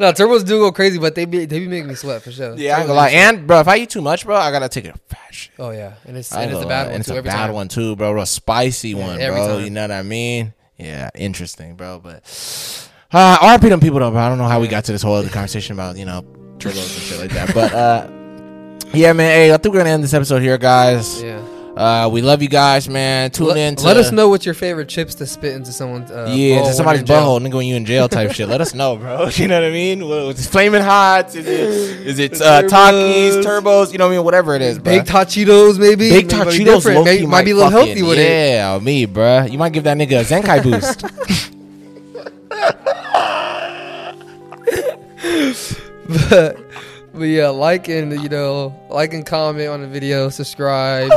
No, turbos do go crazy, but they be they be making me sweat for sure. yeah, Turbos I ain't make gonna lie. me sweat. And bro, if I eat too much, bro, I gotta take a fat shit. oh yeah, and it's I ain't and it's a gonna bad lie, one and it's too. a Every bad time. one too, bro. A spicy one, every bro. time. You know what I mean? Yeah, interesting, bro. But uh, RP them people though, bro. I don't know how we got to this whole other conversation about you know turbos and shit like that. But uh, yeah, man. Hey, I think we're gonna end this episode here, guys. Yeah. Uh, we love you guys, man. Tune Let, in. To, let us know what your favorite chips to spit into someone's. Uh, Yeah, bowl to when somebody's you're in jail. butthole, nigga, when you in jail type shit. Let us know, bro. You know what I mean? Well, it's flaming hots. Is it is it uh, Takis, turbos? You know what I mean? Whatever it is, bro. Big hot Cheetos, maybe. Big Maybe Cheetos different. low-key Maybe- might be a little fucking- healthy with yeah, it. me, bro. You might give that nigga a Zenkai boost. But yeah, like and you know, like and comment on the video, subscribe,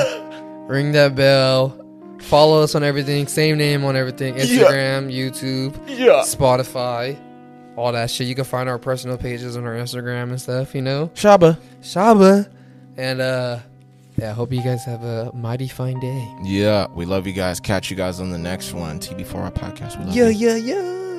ring that bell, follow us on everything, same name on everything, Instagram, YouTube, Yeah. Spotify, all that shit. You can find our personal pages on our Instagram and stuff, you know. Shaba. Shaba. And uh yeah, I hope you guys have a mighty fine day. Yeah, we love you guys. Catch you guys on the next one. TB4 Podcast. We love you. yeah, yeah.